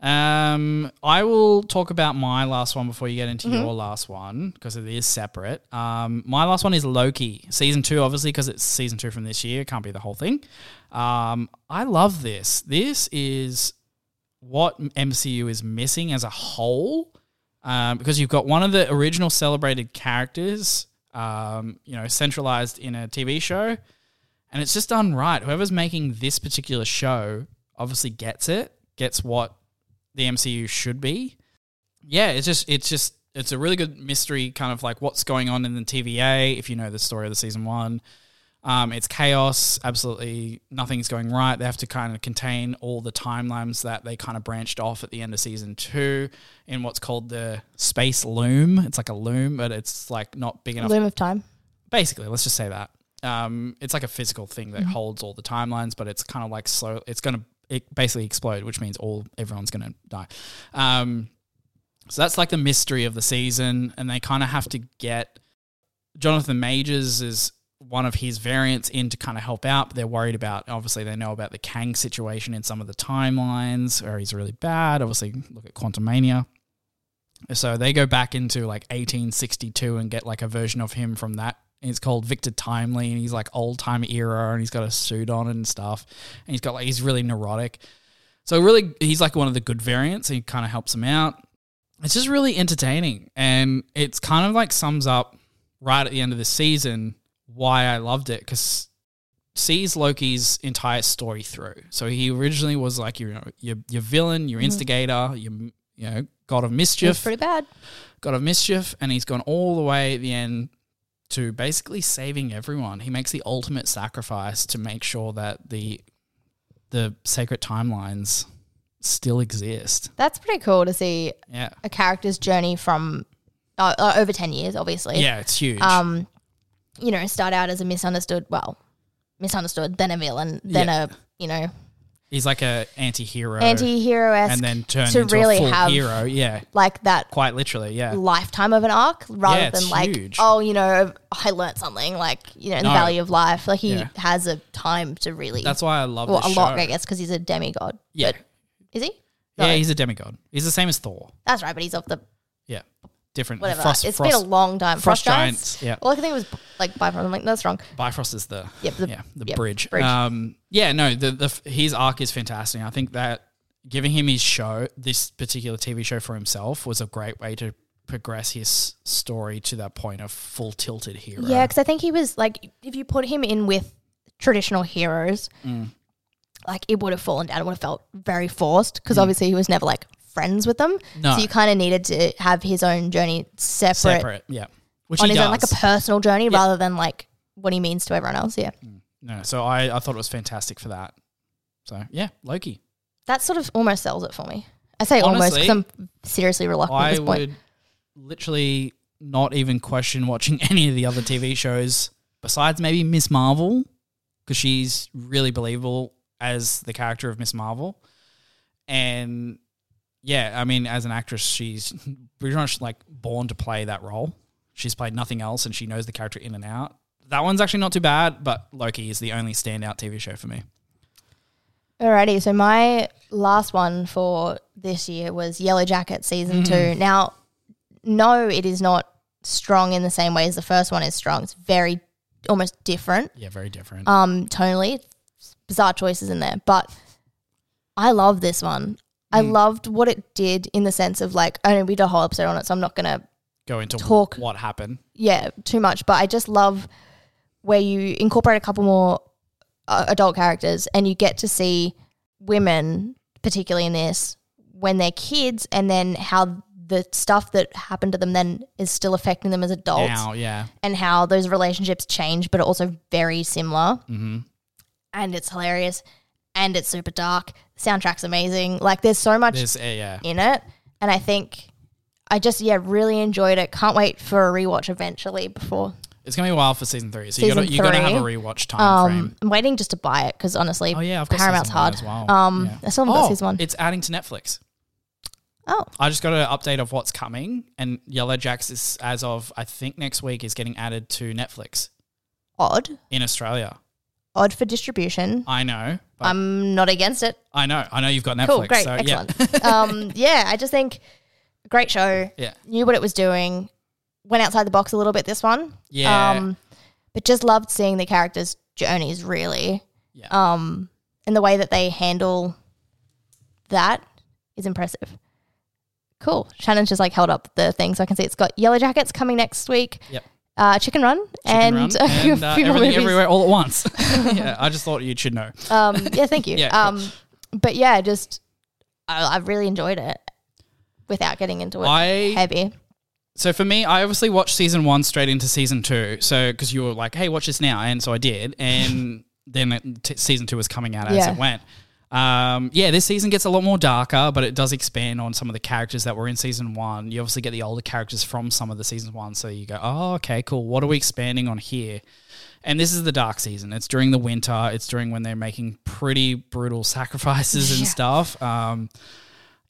Um, I will talk about my last one before you get into your last one because it is separate. Um, my last one is Loki season two, obviously because it's season two from this year. It can't be the whole thing. Um, I love this. This is what MCU is missing as a whole um, because you've got one of the original celebrated characters, um, you know, centralized in a TV show and it's just done right. Whoever's making this particular show obviously gets it, gets what the MCU should be. Yeah, it's just it's just it's a really good mystery kind of like what's going on in the TVA if you know the story of the season 1. Um, it's chaos. Absolutely nothing's going right. They have to kind of contain all the timelines that they kind of branched off at the end of season two in what's called the space loom. It's like a loom, but it's like not big enough Loom of time. basically let's just say that um, it's like a physical thing that holds all the timelines but it's kind of like slow it's going to it basically explode which means all everyone's going to die um, so that's like the mystery of the season and they kind of have to get jonathan majors is one of his variants in to kind of help out but they're worried about obviously they know about the kang situation in some of the timelines where he's really bad obviously look at quantum mania so they go back into like 1862 and get like a version of him from that. And It's called Victor Timely, and he's like old time era, and he's got a suit on and stuff, and he's got like he's really neurotic. So really, he's like one of the good variants, and he kind of helps him out. It's just really entertaining, and it's kind of like sums up right at the end of the season why I loved it because sees Loki's entire story through. So he originally was like you know your your villain, your instigator, your you know god of Mm-hmm. It's mischief, pretty bad. God of Mischief, and he's gone all the way at the end to basically saving everyone. He makes the ultimate sacrifice to make sure that the the sacred timelines still exist. That's pretty cool to see Yeah. a character's journey from uh, uh, over ten years, obviously. Yeah, it's huge. Um, you know, start out as a misunderstood, well, misunderstood, then a villain, then Yeah. a you know he's like a anti-hero anti-hero esque, and then turned to into really a full have hero. Yeah, like that quite literally, yeah. lifetime of an arc rather Yeah, it's than like huge. oh you know I learnt something like you know the No. value of life like he Yeah. has a time to really That's why I love well this a lot show. I guess because he's a demigod Yeah. but is he Yeah, he's a demigod. He's the same as Thor. That's right, but he's of the Yeah. different. whatever. Frost, it's frost, been a long time. Frost, frost giants. Giants. Yeah. Well, I think it was like Bifrost. I'm like, that's wrong. Bifrost is the Yep, the- yeah the yep, bridge. bridge. Um, yeah, no, the the f- his arc is fantastic. I think that giving him his show, this particular TV show for himself, was a great way to progress his story to that point of full tilted hero. Yeah, because I think he was like, if you put him in with traditional heroes, Mm. like it would have fallen down. It would have felt very forced because obviously he was never like friends with them. Mm. No. So you kind of needed to have his own journey separate, separate. Yeah, which on he his does. own, like a personal journey rather than like what he means to everyone else. Yeah. Mm. no, so I I thought it was fantastic for that. So yeah, Loki. That sort of almost sells it for me. I say almost Honestly, because I'm seriously reluctant at I this point. would literally not even question watching any of the other TV shows besides maybe Miss Marvel because she's really believable as the character of Miss Marvel. And yeah, I mean, as an actress, she's pretty much like born to play that role. She's played nothing else and she knows the character in and out. That one's actually not too bad, but Loki is the only standout TV show for me. Alrighty, so my last one for this year was Yellow Jacket season two. Now, no, it is not strong in the same way as the first one is strong. It's very almost different Yeah, very different. um tonally. It's bizarre choices in there, but I love this one. I loved what it did in the sense of like, I know we did a whole episode on it, so I'm not gonna Go into talk- what happened. yeah, too much. But I just love where you incorporate a couple more uh, adult characters and you get to see women, particularly in this, when they're kids and then how the stuff that happened to them then is still affecting them as adults Now, yeah. and how those relationships change, but are also very similar. Mm-hmm. And it's hilarious and it's super dark. soundtrack's amazing. Like, there's so much There's, yeah, eh, yeah. in it. And I think. I just yeah really enjoyed it. Can't wait for a rewatch eventually before It's gonna be a while for season three, so you Season gotta you gotta have a three. rewatch time frame. Um, I'm waiting just to buy it because honestly, Oh yeah, I've got Paramount's season one hard. as well. Um, Yeah. I still haven't got Oh, season one. It's adding to Netflix. Oh, I just got an update of what's coming, and Yellow Jacks is as of I think next week is getting added to Netflix odd, in Australia. odd for distribution. I know, but I'm not against it. I know, I know you've got Netflix. Um, Cool, great, so excellent. Yeah. um, yeah, I just think great show. yeah, Knew what it was doing. Went outside the box a little bit this one. yeah, Um, but just loved seeing the characters' journeys really. Yeah. Um, and the way that they handle that is impressive. Cool. Shannon's just like held up the thing so I can see it's got Yellow Jackets coming next week. Yep. Uh, Chicken Run Chicken and, Run a few and, uh, more everything movies. everywhere all at once. yeah, I just thought you should know. Um, yeah, thank you. Yeah, cool. um, but yeah, just I, I really enjoyed it without getting into it I heavy. So for me, I obviously watched season one straight into season two. So because you were like, "Hey, watch this now," and so I did, and then it, t- season two was coming out as Yeah. it went. Um, yeah, this season gets a lot more darker, but it does expand on some of the characters that were in season one. You obviously get the older characters from some of the season one, so you go, "Oh, okay, cool. What are we expanding on here?" And this is the dark season. It's during the winter. It's during when they're making pretty brutal sacrifices and Yeah. stuff. Um,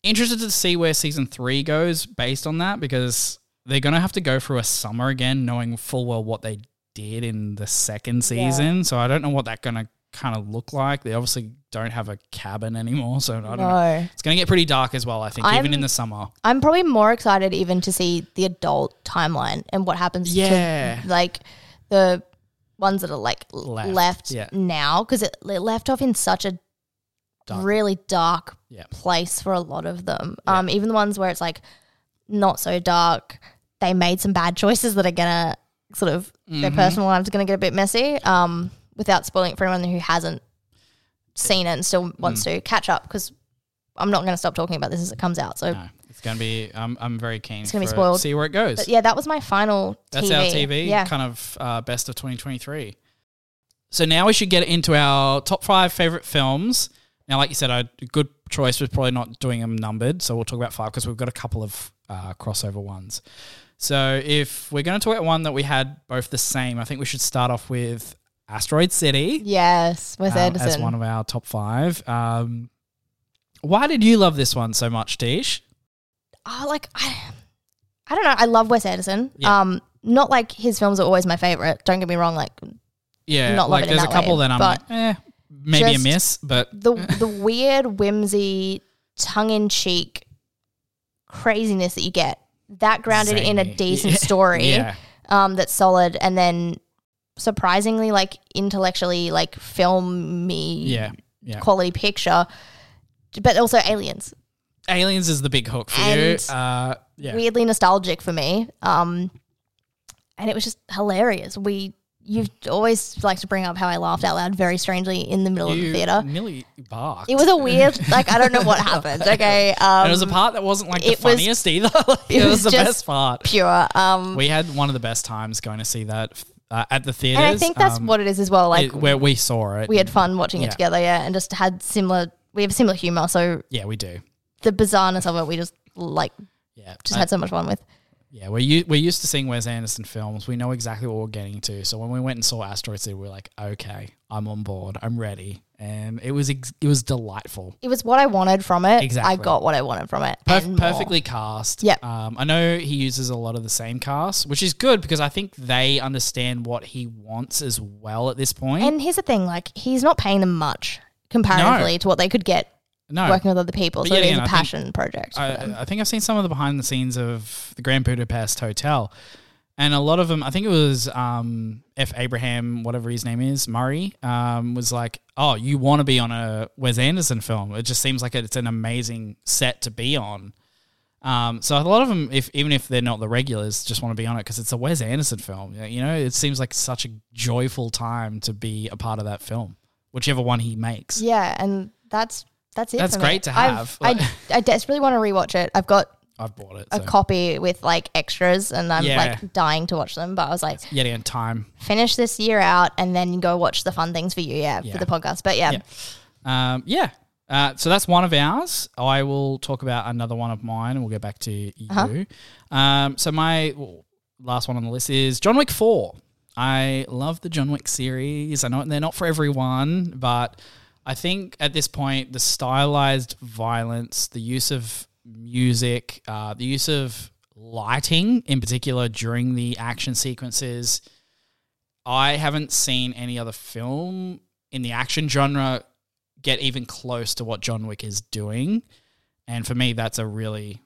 interested to see where season three goes based on that because they're going to have to go through a summer again, knowing full well what they did in the second Yeah. season. So I don't know what that's going to kind of look like. They obviously don't have a cabin anymore. So I don't know. No, It's going to get pretty dark as well, I think, even I'm- in the summer. I'm probably more excited even to see the adult timeline and what happens Yeah. to like the ones that are like l- Left, left, yeah. now because it, it left off in such a Dark. really dark Yeah. place for a lot of them. Um, even the ones where it's like not so dark, they made some bad choices that are gonna sort of their Mm-hmm. personal lives are gonna get a bit messy. Um, without spoiling it for anyone who hasn't seen it and still wants Mm. to catch up because I'm not gonna stop talking about this as it comes out. So. No, it's going to be, I'm, I'm very keen it's gonna be to spoiled. see where it goes. But yeah, that was my final. That's TV. our TV, Yeah. kind of uh, best of 2023. So now we should get into our top five favorite films. Now, like you said, a good choice was probably not doing them numbered. So we'll talk about five because we've got a couple of uh, crossover ones. So if we're going to talk about one that we had both the same, I think we should start off with Asteroid City Yes, with um, Anderson. as one of our top five. Um, why did you love this one so much, Tish? oh, like I, I don't know. I love Wes Anderson. Yeah. Um, not like his films are always my favorite. Don't get me wrong. Like Yeah, Not love like it in there's a that couple way, that I'm like, but eh, maybe a just- miss, but the the weird whimsy, tongue in cheek craziness that you get that grounded in a Zany. decent Yeah. story Yeah. um, that's solid, and then surprisingly like intellectually like filmy Yeah. Yeah. quality picture, but also aliens. Aliens is the big hook for you. And Uh, yeah. weirdly nostalgic for me. Um, and it was just hilarious. We you always like to bring up how I laughed out loud very strangely in the middle of the you theater. nearly barked. It was a weird like I don't know what happened. Okay, um, And it was a part that wasn't like the it was- funniest either. Like, it, it was, was the just- best part. pure. Um, We had one of the best times going to see that uh, at the theaters. and I think that's um, what it is as well. Like it- where we saw it. we had fun watching Yeah. it together, yeah, and just had similar. We have similar humor, so yeah, we do. the bizarreness of it, we just like Yeah, just I- had so much fun with. yeah. We're u- we're used to seeing Wes Anderson films. We know exactly what we're getting to. So when we went and saw Asteroid City, we were like, okay, I'm on board. I'm ready, and it was ex- it was delightful. It was what I wanted from it. I Exactly. got what I wanted from it. Perf- and more. perfectly cast. Yep. Um, I know he uses a lot of the same cast, which is good because I think they understand what he wants as well at this point. And here's the thing, like he's not paying them much comparatively to what they could get no, working with other people. Oh. But so yet it is again, I a think- passion project. for them. I, I think I've seen some of the behind the scenes of the Grand Budapest Hotel, and a lot of them. I think it was um, F. Abraham, whatever his name is, Murray, um, was like, "Oh, you want to be on a Wes Anderson film? It just seems like it's an amazing set to be on." Um, so a lot of them, if even if they're not the regulars, just want to be on it because it's a Wes Anderson film. You know, it seems like such a joyful time to be a part of that film, whichever one he makes. yeah, and that's that's it. That's for great me. to I've- have. I, I desperately want to rewatch it. I've got I've bought it. a So. copy with like extras, and I'm Yeah. like dying to watch them. But I was like, Yet again, time. finish this year out, and then go watch the fun things for you. Yeah, Yeah. for the podcast. But yeah, Yeah. Um, yeah. Uh, so that's one of ours. I will talk about another one of mine, and we'll get back to you. Um, so my w- last one on the list is John Wick Four. I love the John Wick series. I know they're not for everyone, but I think at this point, the stylized violence, the use of music, uh, the use of lighting, in particular during the action sequences, I haven't seen any other film in the action genre get even close to what John Wick is doing. And for me, that's a really,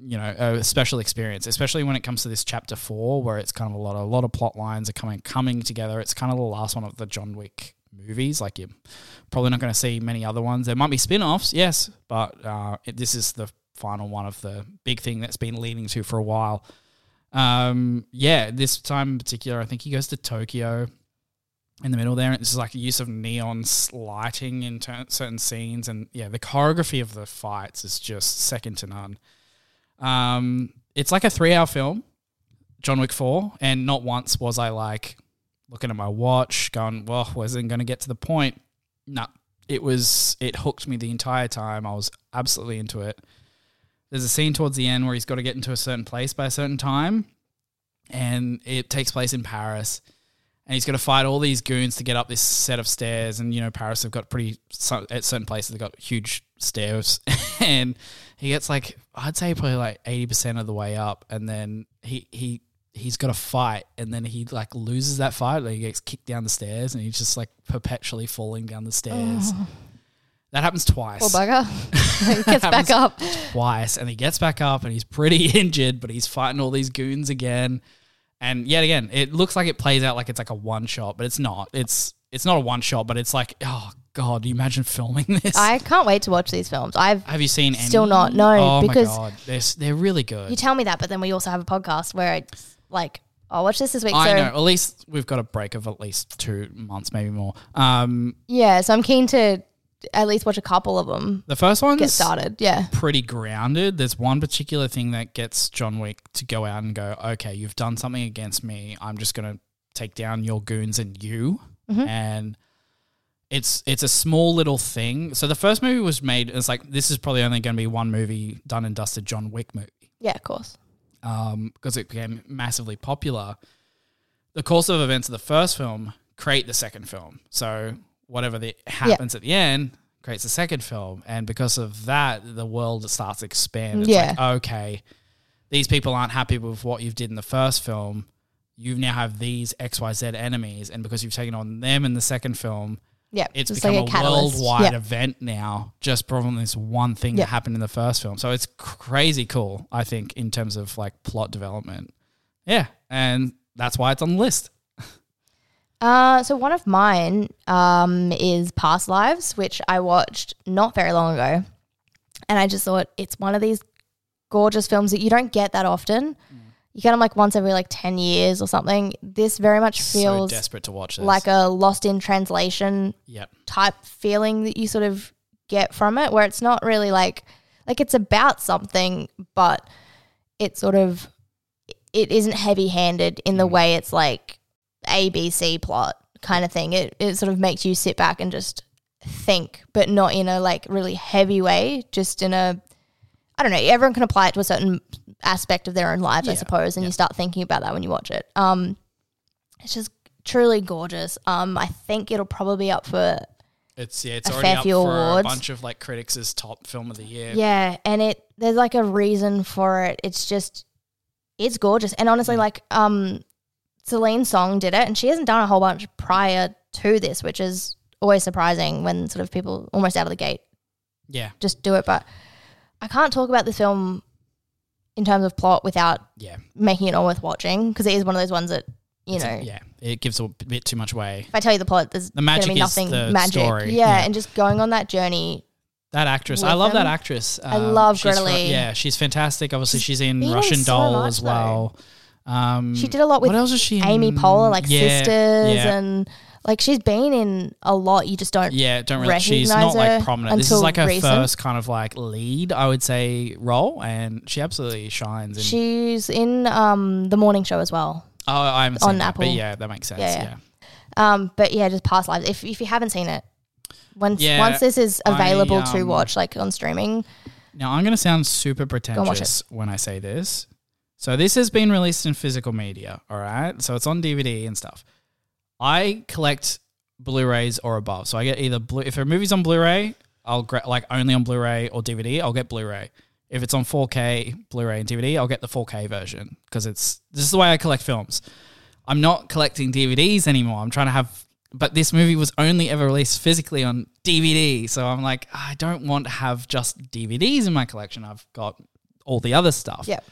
you know, a special experience, especially when it comes to this chapter four, where it's kind of a lot, a lot of plot lines are coming coming together. It's kind of the last one of the John Wick movies. Like you're probably not going to see many other ones. There might be spin offs, yes, but uh, it, this is the final one of the big thing that's been leading to for a while. Um, yeah, this time in particular, I think he goes to Tokyo in the middle there. And this is like the use of neon s- lighting in ter- certain scenes. And yeah, the choreography of the fights is just second to none. Um, it's like a three hour film, John Wick 4. And not once was I like looking at my watch, going, well, wasn't going to get to the point. No, it was, it hooked me the entire time. I was absolutely into it. There's a scene towards the end where he's got to get into a certain place by a certain time. And it takes place in Paris and he's got to fight all these goons to get up this set of stairs. And you know, Paris have got pretty so- at certain places they've got huge stairs, and he gets like I'd say probably like eighty percent of the way up, and then he he he's got to fight, and then he like loses that fight, like he gets kicked down the stairs, and he's just like perpetually falling down the stairs. That happens twice poor bugger. He gets back up. twice and he gets back up and he's pretty injured, but he's fighting all these goons again. And yet again, it looks like it plays out like it's like a one shot, but it's not. It's it's not a one shot, but it's like, oh god, you imagine filming this? I can't wait to watch these films. I've Have you seen any? Still not, no, Oh because- my god, they're, s- they're really good. you tell me that, but then we also have a podcast where it's like, I'll watch this this week. I so know. At least we've got a break of at least two months, maybe more. Um, yeah, so I'm keen to at least watch a couple of them. the first one's Get started, yeah. pretty grounded. There's one particular thing that gets John Wick to go out and go, okay, you've done something against me. I'm just going to take down your goons and you. And it's it's a small little thing. So the first movie was made. It's like this is probably only going to be one movie done and dusted John Wick movie Yeah, of course. um, because it became massively popular. The course of events of the first film create the second film. So whatever the, happens at the end creates the second film, and because of that, the world starts to expand. It's Yeah. like okay, these people aren't happy with what you've did in the first film. You now have these X Y Z enemies, and because you've taken on them in the second film, Yeah, It's just become like a a, catalyst. worldwide Yeah. event now, just from this one thing Yeah. that happened in the first film. So it's crazy cool, I think, in terms of like plot development. Yeah, and that's why it's on the list. Uh, so one of mine um, is Past Lives, which I watched not very long ago, and I just thought it's one of these gorgeous films that you don't get that often. You get them like once every like ten years or something. This very much feels so desperate to watch this. like a lost in translation yep. type feeling that you sort of get from it where it's not really like like it's about something but it sort of it isn't heavy handed in the Mm. way it's like abc plot kind of thing it, it sort of makes you sit back and just think but not in a like really heavy way just in a i don't know everyone can apply it to a certain aspect of their own lives i Yeah, suppose and you start thinking about that when you watch it um it's just truly gorgeous um i think it'll probably be up for It's yeah, it's a already fair up few for a awards. bunch of like critics' as top film of the year. Yeah, and it there's like a reason for it. It's just it's gorgeous. And honestly, Mm. like um Celine Song did it and she hasn't done a whole bunch prior to this, which is always surprising when sort of people almost out of the gate Yeah, just do it. But I can't talk about this film in terms of plot without yeah. making it all worth watching because it is one of those ones that, you It's a- know, yeah, it gives a bit too much away. if I tell you the plot, there's The going to magic be is nothing the magic. story. Yeah, Yeah. and just going on that journey. That actress, I With love that them. actress. Um, love she's Greta fr- Lee. Yeah, she's fantastic. Obviously, she's in been in Russian so Doll much, as well. Um, She did a lot with what else is she? Amy in? Poehler, like Mm, Yeah, sisters, yeah. and like she's been in a lot. You just don't. Yeah, don't really. She's Recognize not like her prominent. This is until like her recent. first kind of like lead, I would say, role, and she absolutely shines. In, She's in um the morning show as well. oh, I haven't seen on that, but Apple. yeah, that makes sense. Yeah, yeah. yeah. Um, but yeah, just past lives. If if you haven't seen it, once Yeah, once this is available I, to um, watch, like on streaming, Now I'm going to sound super watch it. pretentious when I say this. So this has been released in physical media, all right? So it's on DVD and stuff. I collect Blu-rays or above. So I get either blue if a movie's on Blu-ray, I'll gra- like only on Blu-ray or DVD, I'll get Blu-ray. If it's on 4K, Blu-ray and DVD, I'll get the 4K version because it's this is the way I collect films. I'm not collecting DVDs anymore. I'm trying to have, but this movie was only ever released physically on DVD. So I'm like, I don't want to have just DVDs in my collection. I've got all the other stuff. Yep.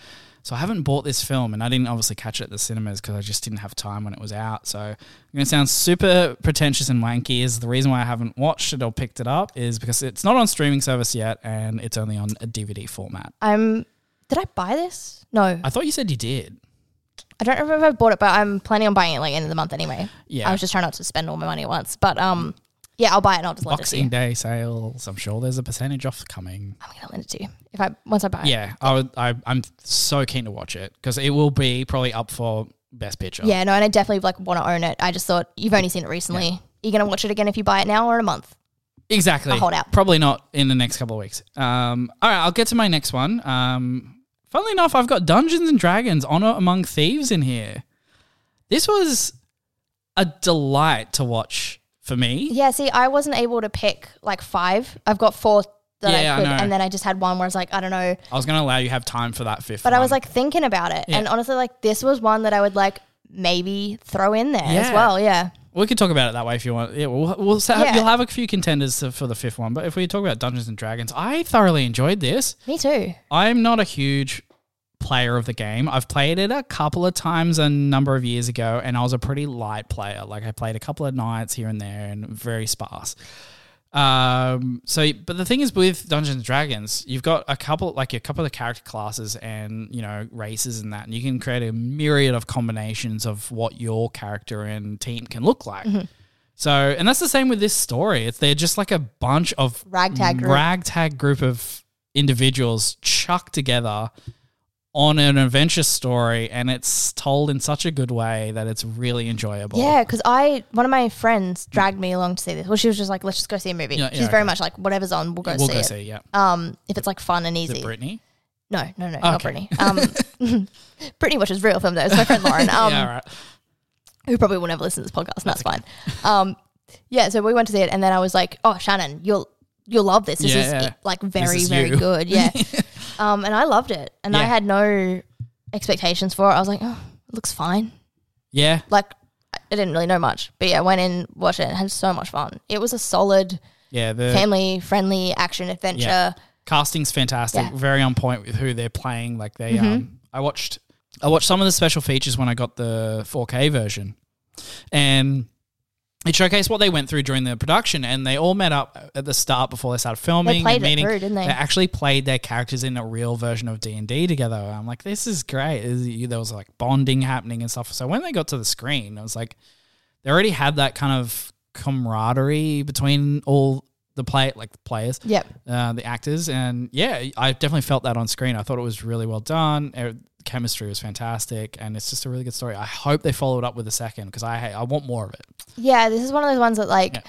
So I haven't bought this film, and I didn't obviously catch it at the cinemas because I just didn't have time when it was out. So I'm going to sound super pretentious and wanky. Is the reason why I haven't watched it or picked it up is because it's not on streaming service yet, and it's only on a DVD format. I'm. Um, Did I buy this? No, I, I thought you said you did. don't remember if I bought it, but I'm planning on buying it like end of the month anyway. Yeah. I was just trying not to spend all my money at once. But um, yeah, I'll buy it and I'll just lend it to Boxing you. Day sales. I'm sure there's a percentage off coming. I'm gonna lend it to you if I once I buy it. Yeah, I would. I, I'm so keen to watch it because it will be probably up for best picture. Yeah, no, and I definitely like want to own it. I just thought you've only seen it recently. You're gonna watch it again if you buy it now or in a month. exactly. I'll hold out. Probably not in the next couple of weeks. Um, all right, I'll get to my next one. Um, funnily enough, I've got Dungeons and Dragons: Honor Among Thieves in here. This was a delight to watch for me. Yeah, see, I wasn't able to pick like five. I've got four that Yeah, I I could, know. and then I just had one where I was like, I don't know. I was going to allow you have time for that fifth, But I was one. like thinking about it, and honestly, like this was one that I would like maybe throw in there Yeah. as well. Yeah, We could talk about it that way if you want. Yeah, we'll, we'll sa- Yeah. you'll have a few contenders for the fifth one. But if we talk about Dungeons and Dragons, I thoroughly enjoyed this. me too. I'm not a huge player of the game. I've played it a couple of times a number of years ago, and I was a pretty light player. Like I played a couple of nights here and there, and very sparse. Um, so, but the thing is, with Dungeons and Dragons, you've got a couple, like a couple of character classes and you know races and that, and you can create a myriad of combinations of what your character and team can look like. Mm-hmm. So, and that's the same with this story. It's they're just like a bunch of Ragtag group. ragtag group of individuals chucked together on an adventure story, and it's told in such a good way that it's really enjoyable. Yeah, because I one of my friends dragged me along to see this. Well, she was just like, let's just go see a movie. Yeah, She's yeah, very okay. much like whatever's on, we'll go we'll see go it. see. Yeah, Um, if it's like fun and is easy. it Brittany? No, no, no, not Okay. Brittany. Um, Brittany watches real film though. It's my friend Lauren, um, yeah, all right. who probably will never listen to this podcast. And that's, fine. Um, yeah, so we went to see it, and then I was like, "Oh, Shannon, you'll you'll love this. This Yeah, is yeah. like very is very you." good." Yeah, um, and I loved it, and I Yeah. had no expectations for it. I was like, "Oh, it looks fine." Yeah, Like, I- I didn't really know much, but yeah, went in, watched it, and had so much fun. It was a solid Yeah, the family friendly action adventure. Yeah. casting's fantastic. Yeah. Mm-hmm. Very on point with who they're playing. Like they, um, I watched, I watched some of the special features when I got the 4K version, and it showcased what they went through during the production. And they all met up at the start before they started filming. played and it meeting. through, didn't they? actually played their characters in a real version of D and D together. I'm like, this is great. Is- There was like bonding happening and stuff. So when they got to the screen, I was like, they already had that kind of camaraderie between all the play like the players Yep. uh, the actors, and yeah, I definitely felt that on screen. I thought it was really well done. Uh, chemistry was fantastic, and it's just a really good story. I hope they follow it up with a second because I I want more of it. Yeah, this is one of those ones that like Yeah.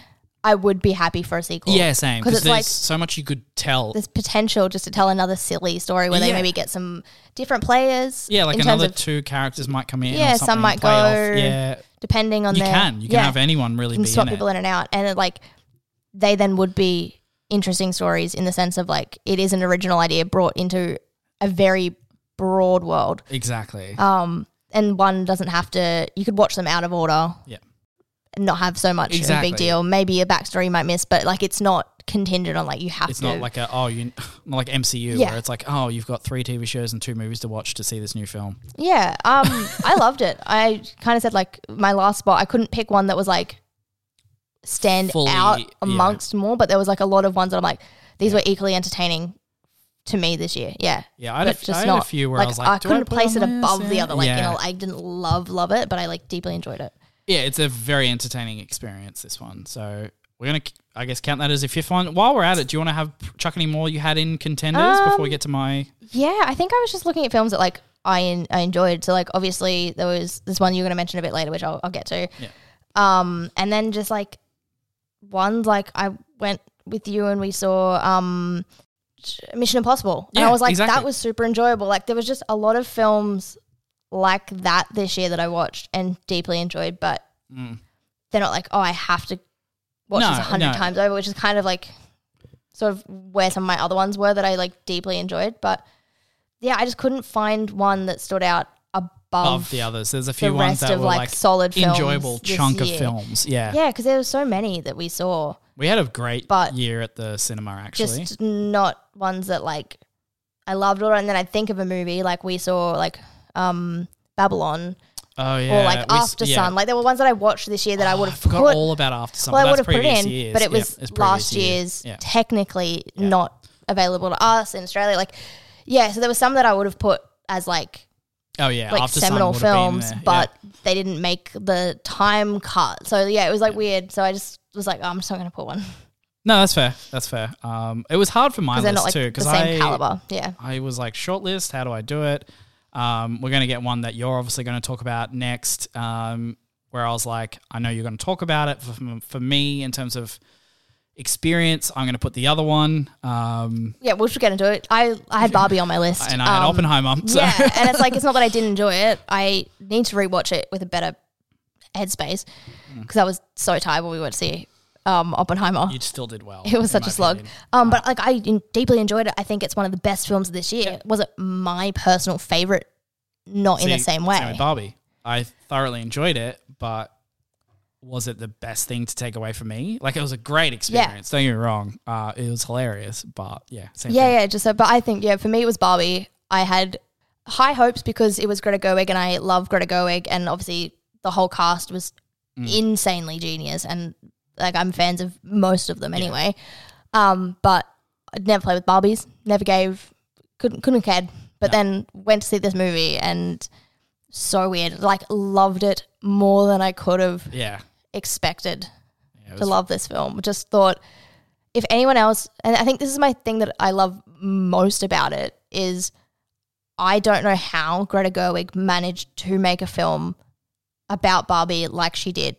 I would be happy for a sequel. Yeah, same 'Cause because it's there's like- so much you could tell. There's potential just to tell another silly story where they Yeah. maybe get some different players. Yeah, like in another terms of two characters might come in. or Yeah, some something and might play off. go- Yeah, depending on you their can you can yeah, have anyone really you can be swap in people it. in and out, and it, like they then would be interesting stories in the sense of like it is an original idea brought into a very broad world. Exactly. Um, and one doesn't have to. You could watch them out of order. Yeah. and Not have so much of a Exactly. big deal. Maybe a backstory you might miss, but like it's not contingent on like you have it's to. not like a oh you not like MCU Yeah. where it's like oh you've got three TV shows and two movies to watch to see this new film. Yeah, um, I loved it. I kind of said like my last spot. I couldn't pick one that was like stand Fully, out yeah. amongst more, but there was like a lot of ones that I'm like these were equally entertaining to me this year. Yeah, Yeah, I had, a But f- just I had a not- few where like "Oh, I I, was like do couldn't put place it on this? above the Yeah. other. Like you Yeah. know, I didn't love love it, but I like deeply enjoyed it. Yeah, it's a very entertaining experience. This one, so we're gonna, I guess, count that as a fifth one. While we're at it, do you want to have chuck any more you had in contenders before Um, we get to my? Yeah, I think I was just looking at films that like I en- I enjoyed. So like obviously there was this one you're going to mention a bit later, which I'll, I'll get to. Yeah. Um, and then just like ones like I went with you and we saw um Mission Impossible, and Yeah, I was like exactly. that was super enjoyable. Like there was just a lot of films like that this year that I watched and deeply enjoyed, but Mm. they're not like oh I have to watch No, this a hundred no. times over, which is kind of like sort of where some of my other ones were that I like deeply enjoyed, but yeah, I just couldn't find one that stood out above, Of the others, there's a the few ones rest that of were like, like solid films enjoyable this chunk of year. films. Yeah. Yeah, because there were so many that we saw, we had a great But- year at the cinema. Actually, just not ones that like I loved or and then I think of a movie like we saw like um Babylon oh yeah, or like we s- After yeah. Sun. Like there were ones that I watched this year that I Oh, would have forgot put all about after sun. well, but I would that's have put it previous in, years. but it Yeah, was it's previous last year. year's Yeah. technically not available to us in Australia. Like, yeah, so there was some that I would have put as like Oh yeah, like after Sun seminal would have been films, there. Yeah. but they didn't make the time cut. So yeah, it was like weird. So I just was like, oh, I'm just not going to put one no, that's fair. That's fair. Um, it was hard for my because they're list not like too the because same I caliber. Yeah, I was like, shortlist, how do I do it? Um, we're going to get one that you're obviously going to talk about next, um, where I was like, I know you're going to talk about it. For, for me, in terms of experience, I'm going to put the other one. Um, yeah, we'll just get into it. I I had Barbie on my list, and I had Um, Oppenheimer. So. Yeah, and it's like it's not that I didn't enjoy it. I need to rewatch it with a better headspace Mm. because I was so tired when we went to see um, Oppenheimer. You still did well. It was in such my a slog. opinion. Um, but like I in- deeply enjoyed it. I think it's one of the best films of this year. Was it my personal favorite? Not in the See, same way. with Barbie. I thoroughly enjoyed it, but was it the best thing to take away from me? Like, it was a great experience. Don't get me wrong. Uh, it was hilarious, but yeah. Same yeah, thing. yeah. Just so, but I think yeah, for me it was Barbie. I had high hopes because it was Greta Gerwig, and I love Greta Gerwig, and obviously the whole cast was insanely genius, and like I'm fans of most of them anyway. Um, but I'd never played with Barbies. Never gave. Couldn't couldn't have cared. But then went to see this movie and so weird. Like loved it more than I could have Yeah. expected Yeah, it to was love this film. Just thought if anyone else, and I think this is my thing that I love most about it is I don't know how Greta Gerwig managed to make a film about Barbie like she did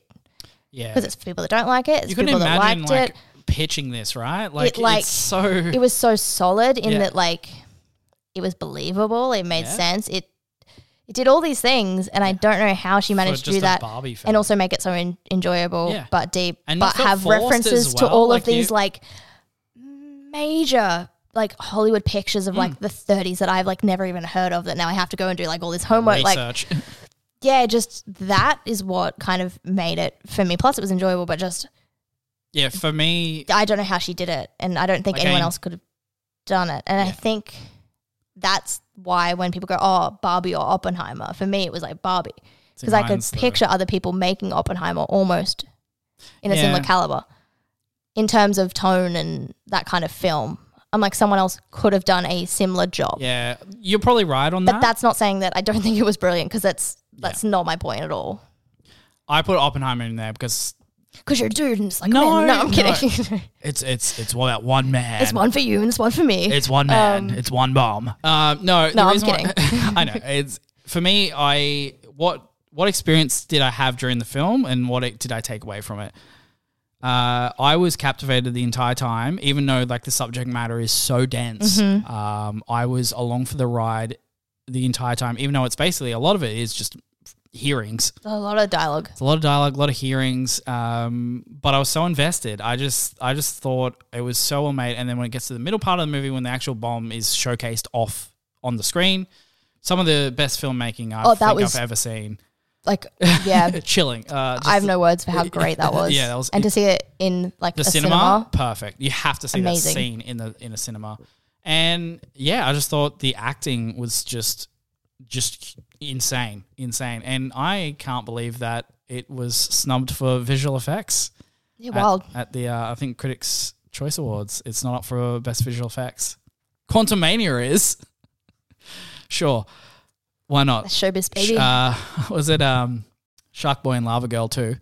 yeah. because it's for people that don't like it. It's you for couldn't people that imagine liked like it. pitching this right like, like- it's so It was so solid in Yeah. that like it was believable. It made Yeah. sense. It it did all these things, and I don't know how she for managed just to do a that. Barbie film and also make it so en- enjoyable Yeah. but deep And but not feel have forced references as to well, all like of these you- like major like Hollywood Mm. pictures of like the 30s that I've like never even heard of that now I have to go and do like all this homework like research yeah, just that is what kind of made it for me. Plus, it was enjoyable, but just Yeah, for me, I don't know how she did it, and I don't think Like, anyone I- else could have done it. And I Yeah. think that's why when people go, "Oh, Barbie or Oppenheimer," for me it was like Barbie because I could mine's the- picture other people making Oppenheimer almost in a Yeah. similar caliber in terms of tone and that kind of film. I'm like, someone else could have done a similar job, Yeah, you're probably right on but that. that's not saying that I don't think it was brilliant because that's that's not my point at all. I put Oppenheimer in there because Because you're a dude, and it's like, No, no, no, I'm no. kidding. it's it's it's about one man. it's one for you and it's one for me. It's one man. it's one bomb. Um, no, the I'm reason why- kidding. I know. It's for me. I what what experience did I have during the film, and what it, did I take away from it? Uh, I was captivated the entire time, even though like the subject matter is so dense. Um, I was along for the ride the entire time, even though it's basically a lot of it is just hearings. a lot of dialogue. It's a lot of dialogue, a lot of hearings, um, but I was so invested. I just, I just thought it was so well made. And then when it gets to the middle part of the movie, when the actual bomb is showcased off on the screen, some of the best filmmaking I Oh, that think was- I've ever seen. Like, yeah, Chilling. Uh, just I have no words for how great that was. Yeah, that was- and to see it in like the a cinema, cinema. perfect. You have to see Amazing. that scene in the in a cinema. And yeah, I just thought the acting was just just insane, insane. And I can't believe that it was snubbed for visual effects. Yeah, at- wild. At, the uh, I think Critics Choice Awards. It's not up for best visual effects. Quantum Mania is. sure. Why not? That's showbiz Sh- baby. Uh, was it um Shark Boy and Lava Girl too?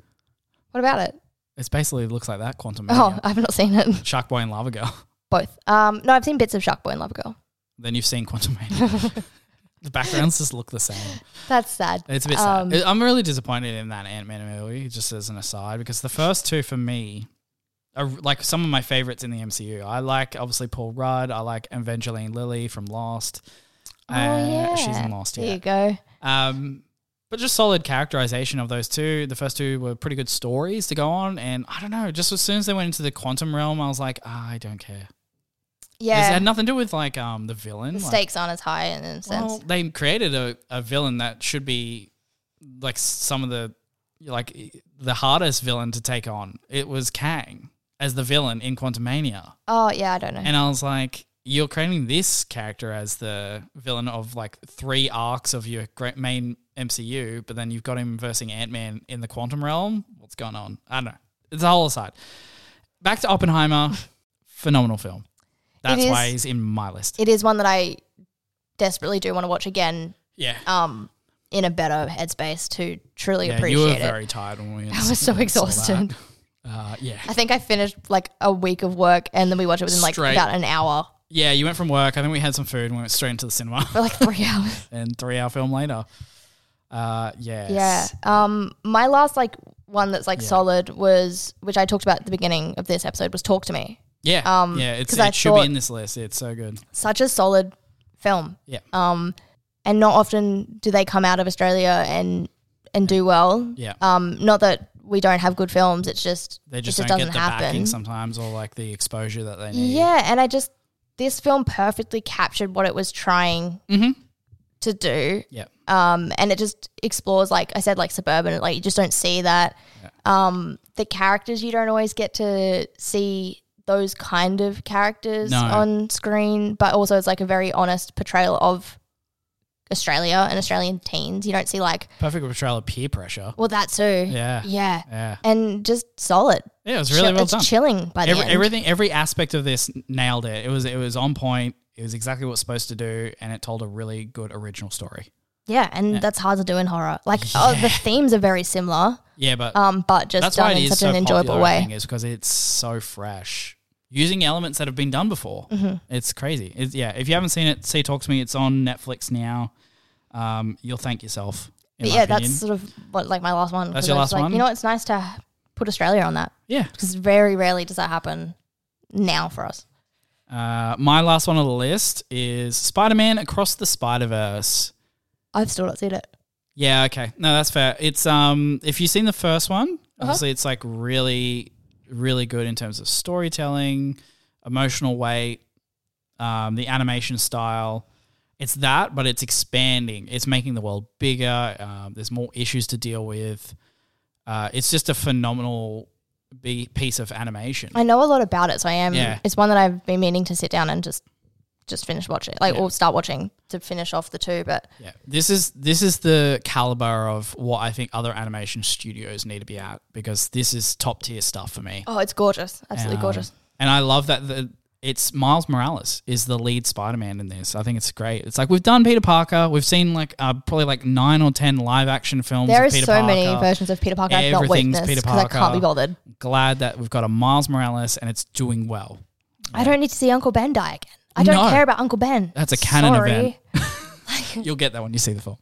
what about it? It's basically looks like that Quantum Mania. Oh, I've not seen it. Shark Boy and Lava Girl. Both. Um, no, I've seen bits of Shark Boy and Love Girl. Then you've seen Quantum Mania. the backgrounds just look the same. That's sad. It's a bit Um, sad. I- I'm really disappointed in that Ant Man movie, just as an aside, because the first two for me are like some of my favorites in the MCU. I like obviously Paul Rudd. I like Evangeline Lilly from Lost. Uh, Oh, She's yeah. in Lost, There yeah. you go. Um, but just solid characterization of those two. The first two were pretty good stories to go on, and I don't know. Just as soon as they went into the quantum realm, I was like, ah, I don't care. It Yeah. had nothing to do with like um the villain. the like- stakes aren't as high in a sense. well, they created a, a villain that should be like some of the like the hardest villain to take on. It was Kang as the villain in Quantumania. oh, yeah, I don't know. And I was like, you're creating this character as the villain of like three arcs of your great main MCU, but then you've got him versing Ant Man in the quantum realm. What's going on? I don't know. It's a whole aside. Back to Oppenheimer, phenomenal film. That's is- why he's in my list. it is one that I desperately do want to watch again yeah. um, in a better headspace to truly Yeah, appreciate you were it. very tired when we. I was so exhausted. Uh, yeah, I think I finished like a week of work and then we watched it within like Straight. about an hour yeah. You went from work. I think we had some food and we went straight into the cinema. for like three hours. and three hour film later. Uh, yes. Yeah. Um, my last like one that's like Yeah. solid was, which I talked about at the beginning of this episode, was Talk to Me. Yeah. Um, yeah. It's, 'cause it I should thought- be in this list. It's so good. Such a solid film. Yeah. um, and not often do they come out of Australia and and do well. Yeah. Um, not that we don't have good films; it's just They just, it just don't doesn't get the happen. backing sometimes or like the exposure that they need. yeah, and I just this film perfectly captured what it was trying Mhm. to do. Yeah. Um, and it just explores, like I said, like suburban, like you just don't see that. Um, the characters you don't always get to see those kind of characters No. on screen, but also it's like a very honest portrayal of Australia and Australian teens. You don't see like, Perfect portrayal of peer pressure. well, that too, Yeah. Yeah. yeah, Yeah. and just solid. It was really Chill- well it's done. chilling by the Every, end. everything, every aspect of this nailed it. It was, it was on point. It was exactly what it's supposed to do, and it told a really good original story. yeah, and that's hard to do in horror. Like, oh, the themes are very similar, Yeah, but um, but just That's why done it in is such so an enjoyable popular, I think, way. Is because it's so fresh, using elements that have been done before. Mm-hmm. It's crazy. It's, yeah, if you haven't seen it, see Talk to Me. It's on Netflix now. Um, you'll thank yourself. In But my yeah, opinion. that's sort of what like my last one. That's 'cause your I was last like, one? You know, it's nice to put Australia on that. yeah. because very rarely does that happen now for us. Uh, my last one on the list is Spider Man Across the Spider Verse. I've still not seen it. Yeah, okay. No, that's fair. It's um if you've seen the first one, obviously it's like really really good in terms of storytelling, emotional weight, um the animation style. it's that, but it's expanding. It's making the world bigger. Um, there's more issues to deal with. Uh, it's just a phenomenal be- piece of animation. I know a lot about it, so I am. Yeah. It's one that I've been meaning to sit down and just just finish watching, like Yeah. or start watching to finish off the two. But Yeah, this is this is the caliber of what I think other animation studios need to be at because this is top tier stuff for me. oh, it's gorgeous, absolutely Um, gorgeous. And I love that the it's Miles Morales is the lead Spider-Man in this. I think it's great. It's like we've done Peter Parker. We've seen like uh, probably like nine or ten live action films. There of is Peter so Parker. many versions of Peter Parker. I've not Everything's witnessed Peter because I can't Parker. be bothered. Glad that we've got a Miles Morales and it's doing well. I don't need to see Uncle Ben die again. I don't No. care about Uncle Ben. That's a canon Sorry. event. You'll get that when you see the film.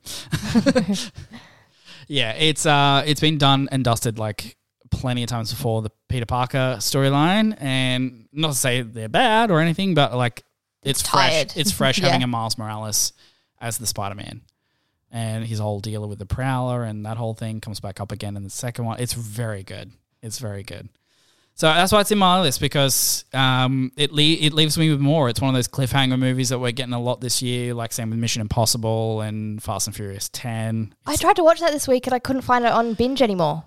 yeah, it's uh, it's been done and dusted like plenty of times before the Peter Parker storyline, and not to say they're bad or anything, but like it's, fresh. tired. It's fresh Yeah. having a Miles Morales as the Spider Man, and his whole deal with the Prowler and that whole thing comes back up again in the second one. It's very good. It's very good. So that's why it's in my list because um, it le- it leaves me with more. It's one of those cliffhanger movies that we're getting a lot this year, like same with Mission Impossible and Fast and Furious Ten. I tried to watch that this week and I couldn't find it on binge anymore.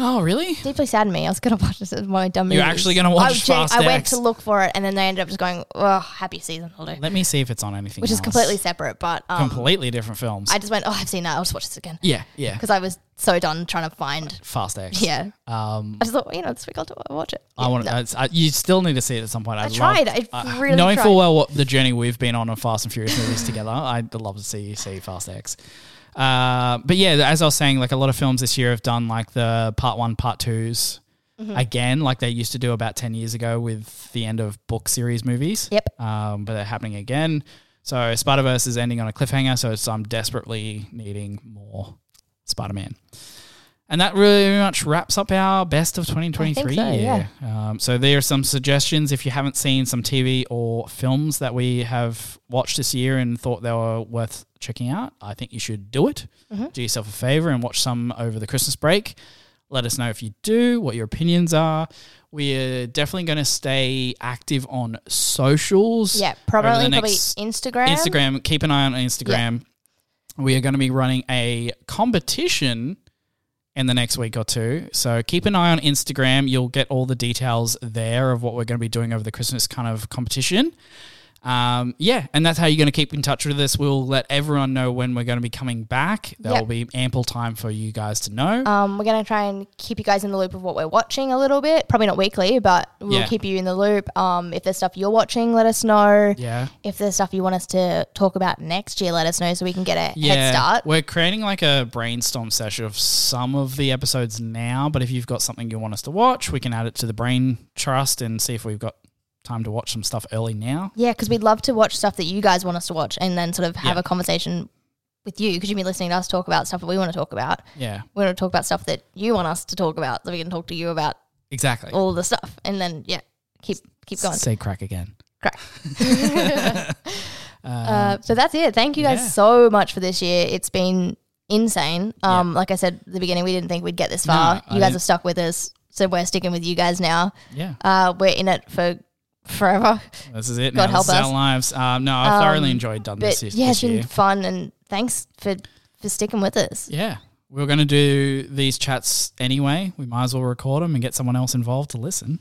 Oh, really? Deeply saddened me. I was going to watch this as my dumb You're movies. actually gonna watch I, was gen- Fast I went X. to look for it and then they ended up just going, oh, happy season holiday, Let me see if it's on anything. which is else. completely separate. But um, completely different films. I just went, oh, I've seen that. I'll just watch this again yeah, yeah. because I was so done trying to find. Fast X. Yeah. Um, I just thought, well, you know, this week I'll do- I'll watch it. I want. to. to I, you still need to see it at some point. I, love- tried. I really Uh, knowing tried. full well what the journey we've been on on Fast and Furious movies together. I'd love to see you see Fast X. Uh, but yeah, as I was saying, like a lot of films this year have done like the part one, part 2s Mm-hmm. again, like they used to do about ten years ago with the end of book series movies. Yep. Um, but they're happening again. So Spider Verse is ending on a cliffhanger. So it's, I'm desperately needing more Spider Man. And that really much wraps up our best of 2023 so, year. Um, so there are some suggestions if you haven't seen some TV or films that we have watched this year and thought they were worth checking out. I think you should do it. Mm-hmm. Do yourself a favor and watch some over the Christmas break. Let us know if you do, what your opinions are. We're definitely going to stay active on socials. yeah, over the probably probably next- Instagram. Instagram. Keep an eye on Instagram. We are going to be running a competition in the next week or two. So keep an eye on Instagram. You'll get all the details there of what we're going to be doing over the Christmas kind of competition. Um, yeah, and that's how you're going to keep in touch with us. We'll let everyone know when we're going to be coming back. There Yep. will be ample time for you guys to know. Um, we're going to try and keep you guys in the loop of what we're watching a little bit. Probably not weekly, but we'll Yeah. keep you in the loop. Um, if there's stuff you're watching, let us know. yeah. If there's stuff you want us to talk about next year, let us know so we can get a yeah, head start. We're creating like a brainstorm session of some of the episodes now, but if you've got something you want us to watch, we can add it to the brain trust and see if we've got time to watch some stuff early now. Yeah, because we'd love to watch stuff that you guys want us to watch and then sort of have Yeah. a conversation with you because you've been listening to us talk about stuff that we want to talk about. Yeah, We want to talk about stuff that you want us to talk about so we can talk to you about exactly. all the stuff. And then, yeah, keep keep going. Say crack again. Crack. uh, so that's it. Thank you guys yeah. so much for this year. It's been insane. Um, Like I said at the beginning, we didn't think we'd get this far. I you guys didn't- have stuck with us. So we're sticking with you guys now. Yeah, Uh, we're in it for forever. this is it. God now. help this is us. our lives. Um, no, I thoroughly Um, enjoyed done But this, this yeah, it's year. been fun and thanks for for sticking with us. Yeah. We were going to do these chats anyway. We might as well record them and get someone else involved to listen.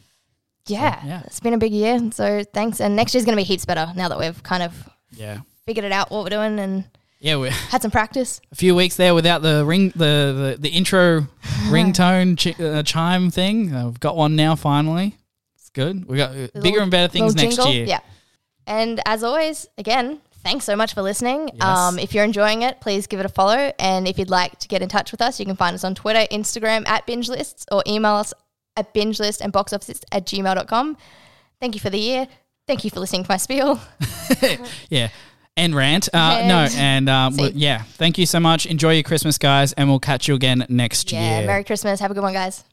Yeah, yeah. it's been a big year, so thanks. And next year's gonna be heaps better now that we've kind of Yeah. figured it out what we're doing and Yeah, we had some practice. a few weeks there without the ring, the the, the intro ringtone ch- uh, chime thing. I've got one now finally. It's good. We got uh, bigger little- and better things Little next jingle, year. Yeah. And as always, again, thanks so much for listening. Yes. Um, if you're enjoying it, please give it a follow. And if you'd like to get in touch with us, you can find us on Twitter, Instagram at binge lists, or email us at binge list and box offices at gmail.com. Thank you for the year. Thank you for listening to my spiel. Yeah. And rant. Uh, no, And- and um, we- yeah, thank you so much. Enjoy your Christmas, guys, and we'll catch you again next Yeah. year. Merry Christmas. Have a good one, guys.